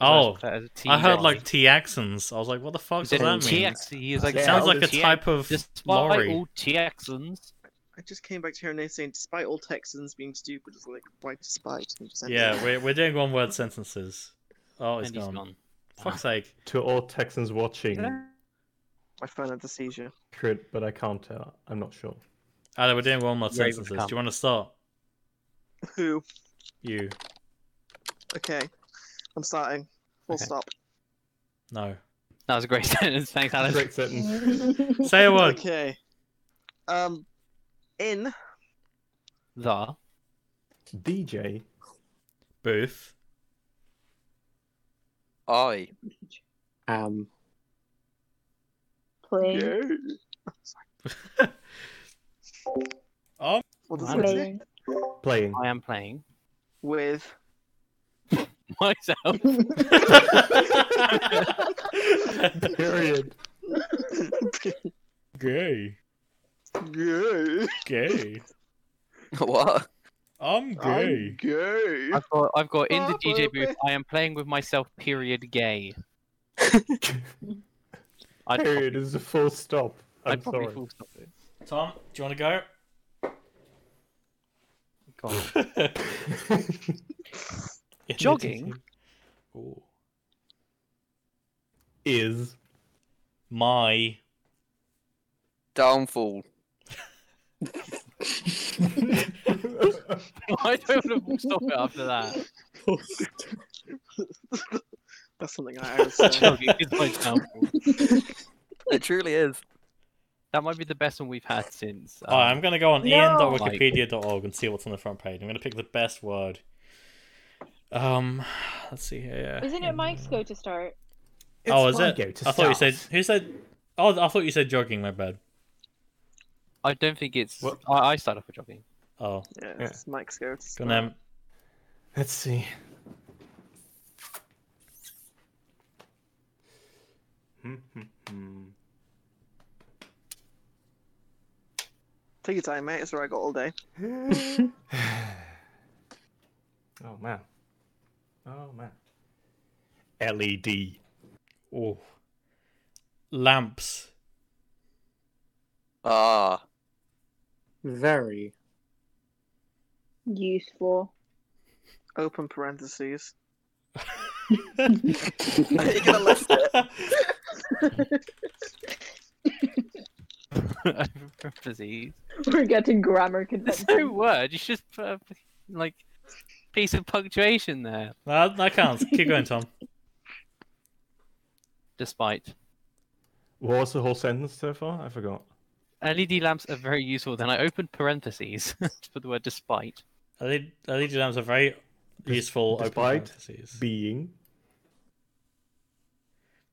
A: oh,
C: That is T-
A: I heard like Texans. I was like, what the fuck does
C: He said
A: that mean?
C: TX. He was like,
A: It sounds like a
C: "Tex-
A: type of
C: Despite
A: lorry.
C: all Texans,
D: I just came back to here and they're saying, despite all Texans being stupid, it's like, why despite? And you just end it.
A: Yeah, we're we're doing one word sentences. Oh, it's
C: and he's
A: gone.
C: gone.
A: Fuck's sake.
B: To all Texans watching,
D: My phone had a seizure.
B: crit, but I can't tell. I'm not sure.
A: Adam, we're doing one more
C: You're able to
A: sentences. Do
C: come.
A: you want to start?
D: Who?
A: You.
D: Okay. I'm starting. Full
C: Okay.
D: stop.
A: No.
C: That was a great sentence. Thanks, Alan.
B: Great sentence.
A: Say a word.
D: Okay. Um, in
C: The
B: DJ.
A: Booth.
F: I.
H: am.
E: Playing.
A: Um,
D: What does it say?
E: Playing.
B: Playing.
C: I am playing
D: With.
C: myself.
B: Period.
A: gay.
D: gay.
A: Gay.
F: what?
A: I'm
D: I'm
A: Um,
D: gay.
C: I've got, I've got in the
D: Oh,
C: DJ
D: baby.
C: booth. I am playing with myself. Period. Gay. I'd probably,
B: Period is a full stop. I'm
C: I'd probably
B: sorry.
C: full stop it.
A: Tom, do you want to
C: Go
A: go?
C: on. Jogging?
A: Ooh.
B: is
A: My
F: Downfall.
C: I don't want to full stop it after that.
D: That's something I always say.
C: Jogging is my downfall.
F: It truly is.
C: That might be the best one we've had since. um,
I: Um,
A: All right, Oh, I'm gonna go on
E: No.
A: ian.wikipedia.org and see what's on the front page. I'm gonna pick the best word. Um, let's see here.
I: Isn't it Mike's go to start?
A: Oh,
B: It's
A: is it?
B: Fargo to
A: I thought you said
B: start.
A: who said? Oh, I thought you said jogging. My bad.
C: I don't think it's.
B: What?
C: I, I start off with jogging.
A: Oh,
D: yeah, it's Mike's go.
A: good name.
B: Let's see. Hmm,
D: Take your time, mate. It's where I got all day.
B: Oh man. Oh man. E LED.
A: Oh, lamps.
F: Ah,
H: Very.
E: Useful.
D: Open parentheses.
F: you gonna list it?
C: Disease.
E: We're getting grammar
C: There's
E: convention.
C: no word. You should just put a like piece of punctuation there.
A: Nah, that counts. Keep going, Tom.
C: Despite
B: What was the whole sentence so far? I forgot.
C: LED E lamps are very useful. Then I opened parentheses for the word despite.
A: LED LED lamps are very useful. open
B: despite
A: parentheses.
B: Being.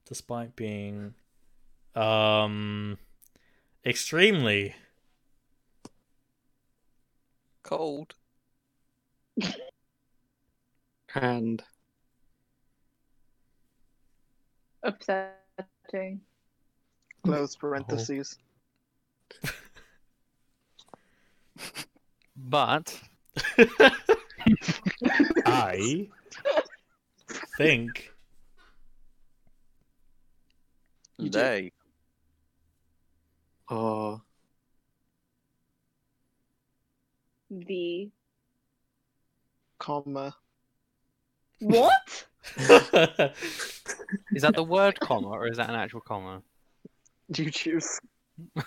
A: despite being, um, extremely
F: cold.
H: And
E: Upsetting.
D: Close parentheses.
C: But
B: I
A: think.
F: They.
H: are
E: The
D: Comma.
E: what?
C: is that the word comma or is that an actual comma?
D: You choose.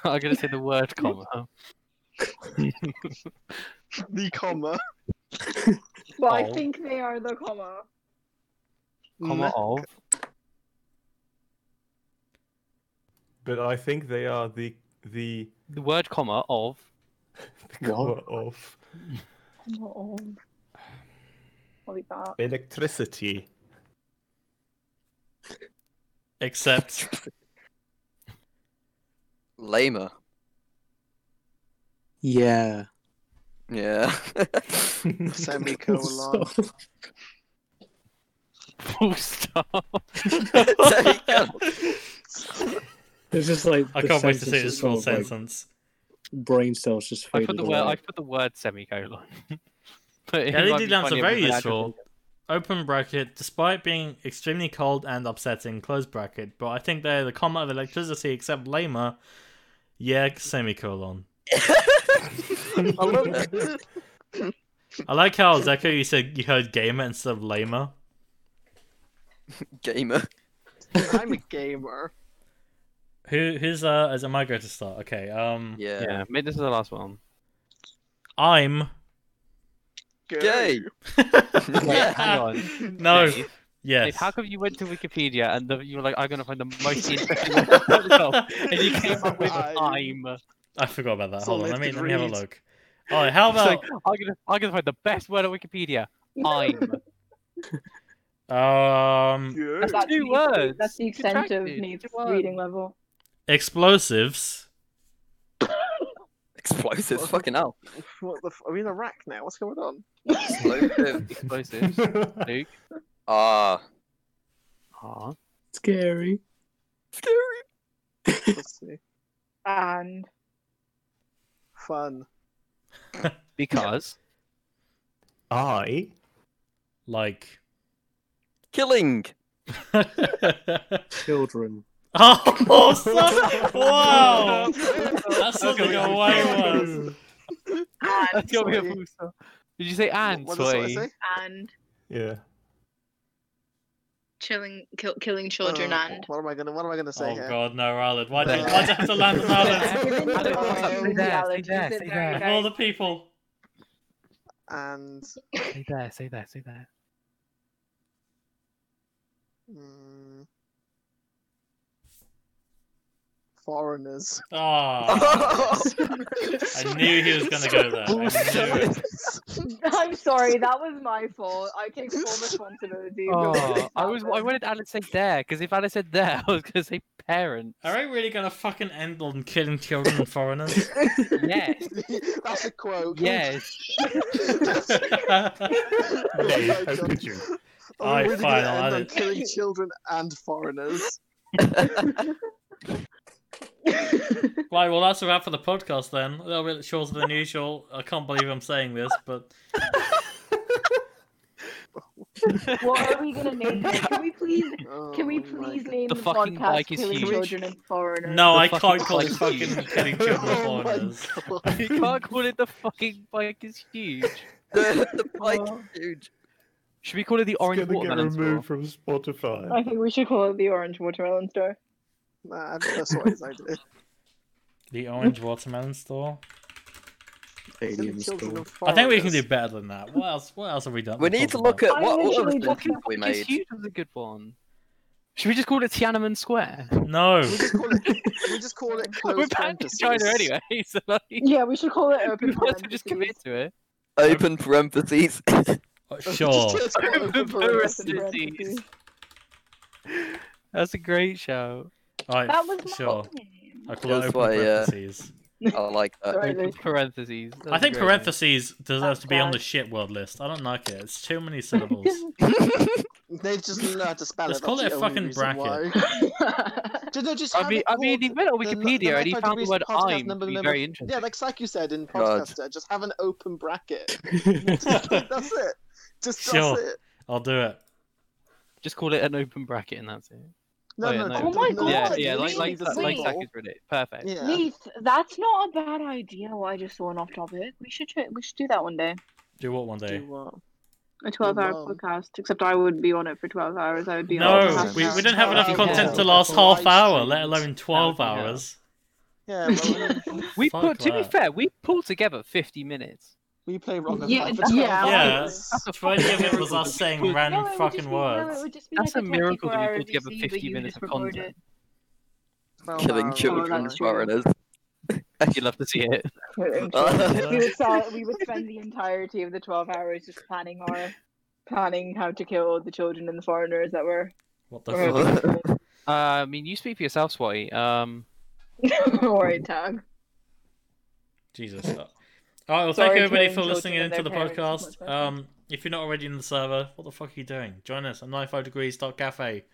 C: I'm gonna say the word comma.
D: The comma.
E: Well, I
C: Oh.
E: think they are the comma.
C: Comma of
B: but I think they are the the
C: the word comma of
B: the
H: What?
B: colour of
E: Comma of. What is that?
B: electricity.
A: Except
F: Lamer.
H: yeah.
F: Yeah.
D: Semicolon.
C: full stop.
H: It's just like
A: I
H: the
A: can't wait to see
H: sentence
A: this
H: is
A: full
H: sort of, like,
A: sentence.
H: brain cells just
C: I
H: faded
C: put the
H: away.
C: word. I put the word semicolon. but it
A: LED
C: might be
A: E lamps are
C: funnier
A: very
C: with an
A: useful.
C: actual-
A: Open bracket, despite being extremely cold and upsetting, close bracket, but I think they're the comma of electricity except lamer. Yeah, semicolon.
F: I love it.
A: I like how Zeko you said you heard gamer instead of lamer.
F: Gamer.
D: I'm a gamer.
A: Who who's uh is am I going to start? Okay, um
F: Yeah.
C: Yeah, mate, this is the last one.
A: I'm
F: Gay.
C: Wait, hang on.
A: No.
C: Dave, Dave,
A: Oh, Yes.
C: how come you went to Wikipedia and the, you were like, I'm going to find the most interesting one for myself, and you came up with
D: I'm-
C: I'm?
A: I forgot about that.
D: So
A: Hold on, let me
D: lifted
A: let me have a
D: reads.
A: look. Alright, how
C: It's
A: about
C: Oh, like, I'm going to I'm gonna find the best word on Wikipedia. I'm.
A: Um,
D: Yeah.
E: That's
C: two
E: the-
C: words.
E: That's the
C: You
E: extent of
C: contracted.
E: Nate's
C: Two words.
E: reading level.
A: explosives.
F: Explosives,
D: What?
F: fucking hell.
D: What the f- are we in Iraq now? What's going on?
F: Explosive.
C: Explosives. Luke.
F: Ah,
C: Aw.
H: Scary.
F: scary.
D: Let's see.
E: And
D: Fun.
C: Because
B: I
A: Like.
F: Killing.
A: oh,
H: Children.
A: awesome! wow! That's something
C: Okay, we-
A: way worse.
C: that's gonna be a
D: sorry.
C: full stop. Did you say and?
D: What does
C: Sorry.
D: say?
I: and
B: Yeah.
I: chilling, kill, killing children
D: Uh,
I: and
D: What am I gonna? What am I gonna say
A: oh
D: here?
A: god, no, Ryland. Why did why did you have to land on Ryland?
E: given
D: I
E: the
D: don't know.
E: time
D: Say
E: and the
C: that, say
E: allergies,
C: that,
E: it's
C: say
E: very
A: Of
E: nice.
A: all the people.
D: And
C: Say that. Say that. Say that.
D: mm, foreigners.
A: Ah, I
D: I
A: knew he was gonna go there. I knew it.
E: I'm sorry, that was my fault. I take full responsibility. for what
C: Oh,
E: just
C: I was. I
E: happened.
C: wanted Alice to say there because if Alice said there, I was gonna say parent.
A: Are we really gonna fucking end on killing children and foreigners?
C: Yes.
D: That's a quote.
C: yes.
B: Dave,
D: my
B: how
D: God.
B: could you?
D: Are we
A: I
D: really gonna
A: fine,
D: end
A: I
D: on
A: don't-
D: killing children and foreigners.
A: right, well that's a wrap for the podcast then. A little bit shorter than usual. I can't believe I'm saying this, but
E: What are we gonna name it? Can we please can we
D: Oh my
E: please
D: God.
E: name
C: The
E: the,
C: fucking
E: podcast
C: bike is
E: Killing
C: huge.
E: Children and Foreigners?
A: no,
C: The
A: I
C: fucking
A: can't call
C: bike
A: it
C: is
A: fucking
C: huge.
A: killing children and
D: Oh my
A: foreigners.
D: God.
C: You can't call it the fucking bike is huge.
F: the, the bike is huge.
C: Should we call it the
B: It's
C: orange
B: gonna get
C: watermelon?
B: removed
C: tour?
B: from
E: I
B: Spotify.
E: think we should call it the Orange Watermelon Store.
D: Nah, I think that's what his idea.
A: The orange watermelon store.
H: Alien
D: Killing children
H: school.
A: I
D: and
A: think we can do
D: foreigners.
A: better than that. What else what else have we done?
F: We need to look at
E: I
F: what, what other
E: literally just
F: things have we
C: Bike is
F: made.
C: huge was a good one. Should we just call it Tiananmen Square?
A: No.
D: We just call it. We just call it
C: We're
D: closed
C: banned in
D: parentheses.
C: China anyway, so like,
E: Yeah, we should call it
C: we
E: Open
C: might as well just
E: Parentheses.
C: commit to it.
F: Open parentheses.
A: Sure.
D: Just- just call it
C: Open
E: Open
C: parentheses. That's a great show.
A: Alright,
E: That was my
A: sure.
E: name.
A: I call it
F: That's
A: open
F: why, yeah.
A: parentheses.
F: I like that.
E: Sorry, Luke.
C: Parentheses. That's
A: I
C: a
A: think
C: great name.
A: parentheses deserves to be on
E: glad.
A: the shit world list. I don't like it. It's too many syllables.
D: They just know how to spell
A: Let's
D: it.
A: call
D: that's
A: it a
D: the only
A: fucking
D: reason
A: bracket.
D: why. Ju- no, just
C: I
D: have
C: mean,
D: it
C: I mean, he
D: called-
C: went on
D: the- the
C: Wikipedia and he
D: Life
C: found the
D: Ideas
C: word
D: podcast
C: "I'm" to
D: number-
C: be
D: number-
C: very interesting.
D: Yeah, like like you said in
F: God.
D: podcaster, just have an open bracket.
H: That's
D: That's it. Just
A: Sure.
D: that's it.
A: I'll do it.
C: Just call it an open bracket and that's it.
D: No,
C: Oh, yeah,
D: no,
C: no.
D: no,
E: Oh my
D: no,
C: yeah,
E: God,
D: no,
C: yeah,
D: no,
C: like
D: no,
C: like
E: Leave
D: the
C: Zach- like Zach
D: symbol.
C: has read it. Perfect.
D: Yeah.
E: Leith, that's not a bad idea. What I just saw off topic. We should try, we should do that one day.
A: Do what one day?
D: Do uh, what?
E: A twelve-hour
D: Wow.
E: podcast. Except I would be on it for twelve hours. I would be on it. for
A: No,
E: half
A: we,
E: an
A: we
E: hour.
A: don't have enough
C: Yeah.
A: content to
D: Yeah.
A: last half
D: Live
A: hour, let
D: streams.
A: alone 12
C: That would be hell.
A: hours.
D: Yeah, well,
C: We
A: Fuck
C: put to be
A: that.
C: fair, we pulled together fifty minutes.
D: we play rock and
E: Yeah,
D: Roll for
E: yeah,
D: 12
E: I
A: Yeah,
D: hours.
C: That's a
A: 20 of
C: fucking
A: it was
C: miracle.
A: us saying
C: No,
E: No,
A: random
E: it would
A: fucking
E: just be- no, it
A: words.
E: would just be
C: That's
E: like
C: a
E: a
C: miracle that we
E: 24 hour
C: pulled together
E: VC, but
C: 50
E: you
C: minutes
E: just
C: of
E: record
C: content.
F: Killing
E: Oh,
F: children and
E: that's true.
F: foreigners.
C: You'd love to see it.
E: it.
F: Uh,
E: we would sell, we would spend the entirety of the 12 hours just planning our planning how to kill the children and the foreigners that were
A: What the fuck?
F: fuck?
C: Uh, I mean, you speak for yourself, Swati. Um,
E: worried tag.
A: Jesus. Alright, well,
E: Sorry,
A: thank you everybody for
E: killing children
A: listening
E: and
A: in to
E: their
A: the
E: parents is much
A: podcast.
E: better.
A: Um, if you're not already in the server, what the fuck are you doing? Join us at 95degrees.cafe.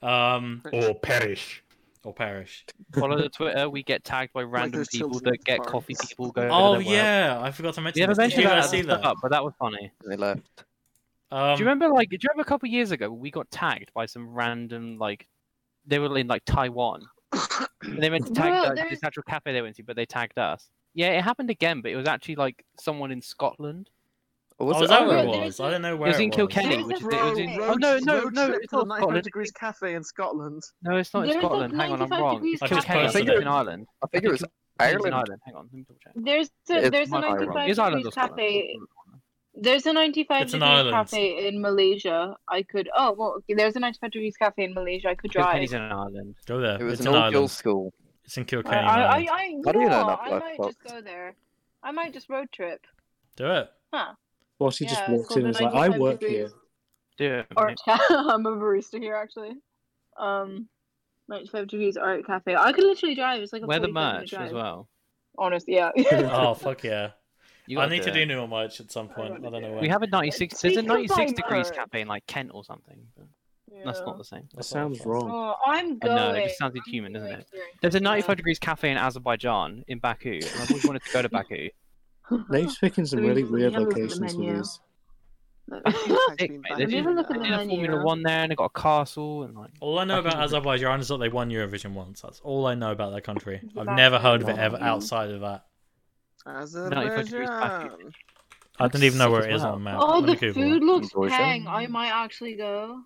A: Um,
B: Or perish.
A: or perish.
C: follow the Twitter. We get tagged by random
D: those
C: people
D: children
C: that get
D: farts.
C: coffee people going. over
A: Oh,
C: their work.
A: yeah, I forgot to
C: We
A: mention
C: never
A: this. Did
C: mentioned
A: you
C: that,
A: guys
C: at the
A: see that?
C: start, but that was funny.
F: They left.
A: Um,
C: do you remember like do you remember a couple years ago we got tagged by some random like they were in like Taiwan. and they meant to tag
I: Well,
C: the-
I: there's-
C: this actual cafe they went to, but they tagged us. Yeah, it happened again, but it was actually like someone in Scotland.
F: Or
A: Oh,
F: was
A: is
F: it
A: that where it
F: Ireland?
I: There's
A: was?
I: a-
A: I don't know
C: It
A: where
C: was in
A: it was.
C: Kilkenny,
I: There's
C: which is
I: a
C: it was
D: Road-
C: in
I: road-
C: Oh no, no,
D: road
C: no,
D: trip
C: it's
D: to
C: not
D: 95
C: Scotland.
D: Degrees Cafe in Scotland.
C: No, it's not in
E: There is a
C: Scotland. Hang on, I'm
E: 95
C: wrong.
E: degrees
C: It's
A: I've just
C: Kilkenny, I
A: posted
C: think
A: it.
C: it's in Ireland.
F: I think it
C: It's
F: was
C: in
F: Ireland.
C: Ireland. Hang on, let me double check.
E: There's
F: It's
E: a, there's a
F: not Ireland.
E: 95
C: It's Ireland or
E: degrees
C: Scotland.
E: cafe. There's a 95
A: It's an
E: degrees
A: island.
E: cafe in Malaysia. I could. Oh well, there's a 95 degrees cafe in Malaysia. I could drive.
C: Kilkenny's in Ireland.
A: Go there.
F: It was
A: it's
F: an
A: an
F: old
A: island.
F: girls' school.
A: It's in Kilkenny.
E: I, I, I,
A: Ireland.
E: I, you
F: How do you
E: know,
F: know enough
E: I
F: about
E: might just
F: clocks?
E: go there. I might just road trip.
A: Do it.
H: What he just
E: Yeah,
H: walked in and was
E: golden
H: like, I
E: 95
H: work
E: degrees.
H: here.
C: Do it.
E: Art
C: mate.
E: ca- I'm a barista here actually. Um, 95 degrees art cafe. I could literally drive. It's like a
C: Wear the
E: 45 minute
C: merch as
E: drive.
C: well.
E: Honestly, yeah.
A: oh fuck yeah!
C: You
A: I
C: gotta
A: need to
C: it.
A: do new merch at some point. I don't know when.
C: We have a 96. There's a
E: Speaking of
C: 96
E: my
C: degrees
E: merch.
C: cafe in like Kent or something. But That's not the same.
H: That sounds wrong.
E: Oh, I'm
C: I know,
E: going.
C: that just sounded human, doesn't it? There's a 95 degrees cafe in Azerbaijan in Baku, and I've always wanted to go to Baku.
H: Nate's picking some
E: I mean,
H: really
E: we
H: weird
E: have a look at the
H: locations for
E: menu.
H: these.
C: Sick, mate. They
E: Have you
C: did,
E: ever looked at
C: they
E: the
C: did a
E: menu?
C: Formula One there, and they got a castle, and like
A: All I know about
C: Fucking-
A: Azerbaijan is that they won Eurovision once. That's all I know about that country. I've
E: That-
A: never heard of it
H: Wow.
A: ever outside of that.
D: Azerbaijan.
A: I don't even know
C: sick
A: where
C: as
A: it is
C: well.
A: on a map.
E: Oh,
A: Let me
E: the
A: Google it.
E: food looks
H: Croatia.
E: pang. I might actually go.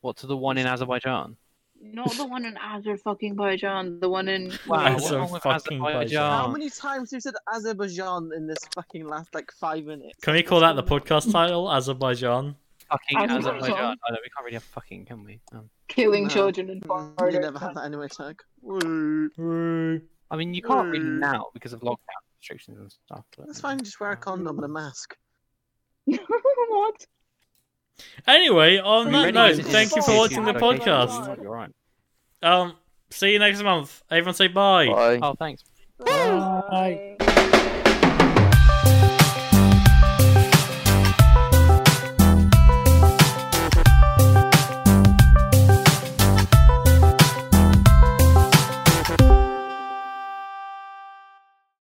C: what to the one in Azerbaijan?
E: Not the one in Azer fucking Baijan, the one in
C: Wow, what's
A: Azer
C: wrong with
A: fucking
C: Azerbaijan?
D: How many times have you said Azerbaijan in this fucking last like five minutes?
A: Can we call that the podcast title? Azerbaijan.
C: Fucking
E: Azerbaijan.
C: Azerbaijan. I know, we can't really have fucking, can we? Um,
E: killing
D: No.
E: children in
D: Mm,
E: Florida.
D: You never had that anyway, Tag. Woo.
A: Woo.
C: I mean, you can't really
D: Mm.
C: now because of lockdown restrictions and stuff. But,
D: That's fine, just wear a condom and a mask.
E: what?
A: Anyway, on
C: Really,
A: that note,
C: it's- it's
A: thank you for
E: fine.
A: watching the
E: It's fine.
A: podcast.
C: You're right.
A: Um, see you next month. Everyone say bye.
F: Bye.
C: Oh, thanks.
H: Bye.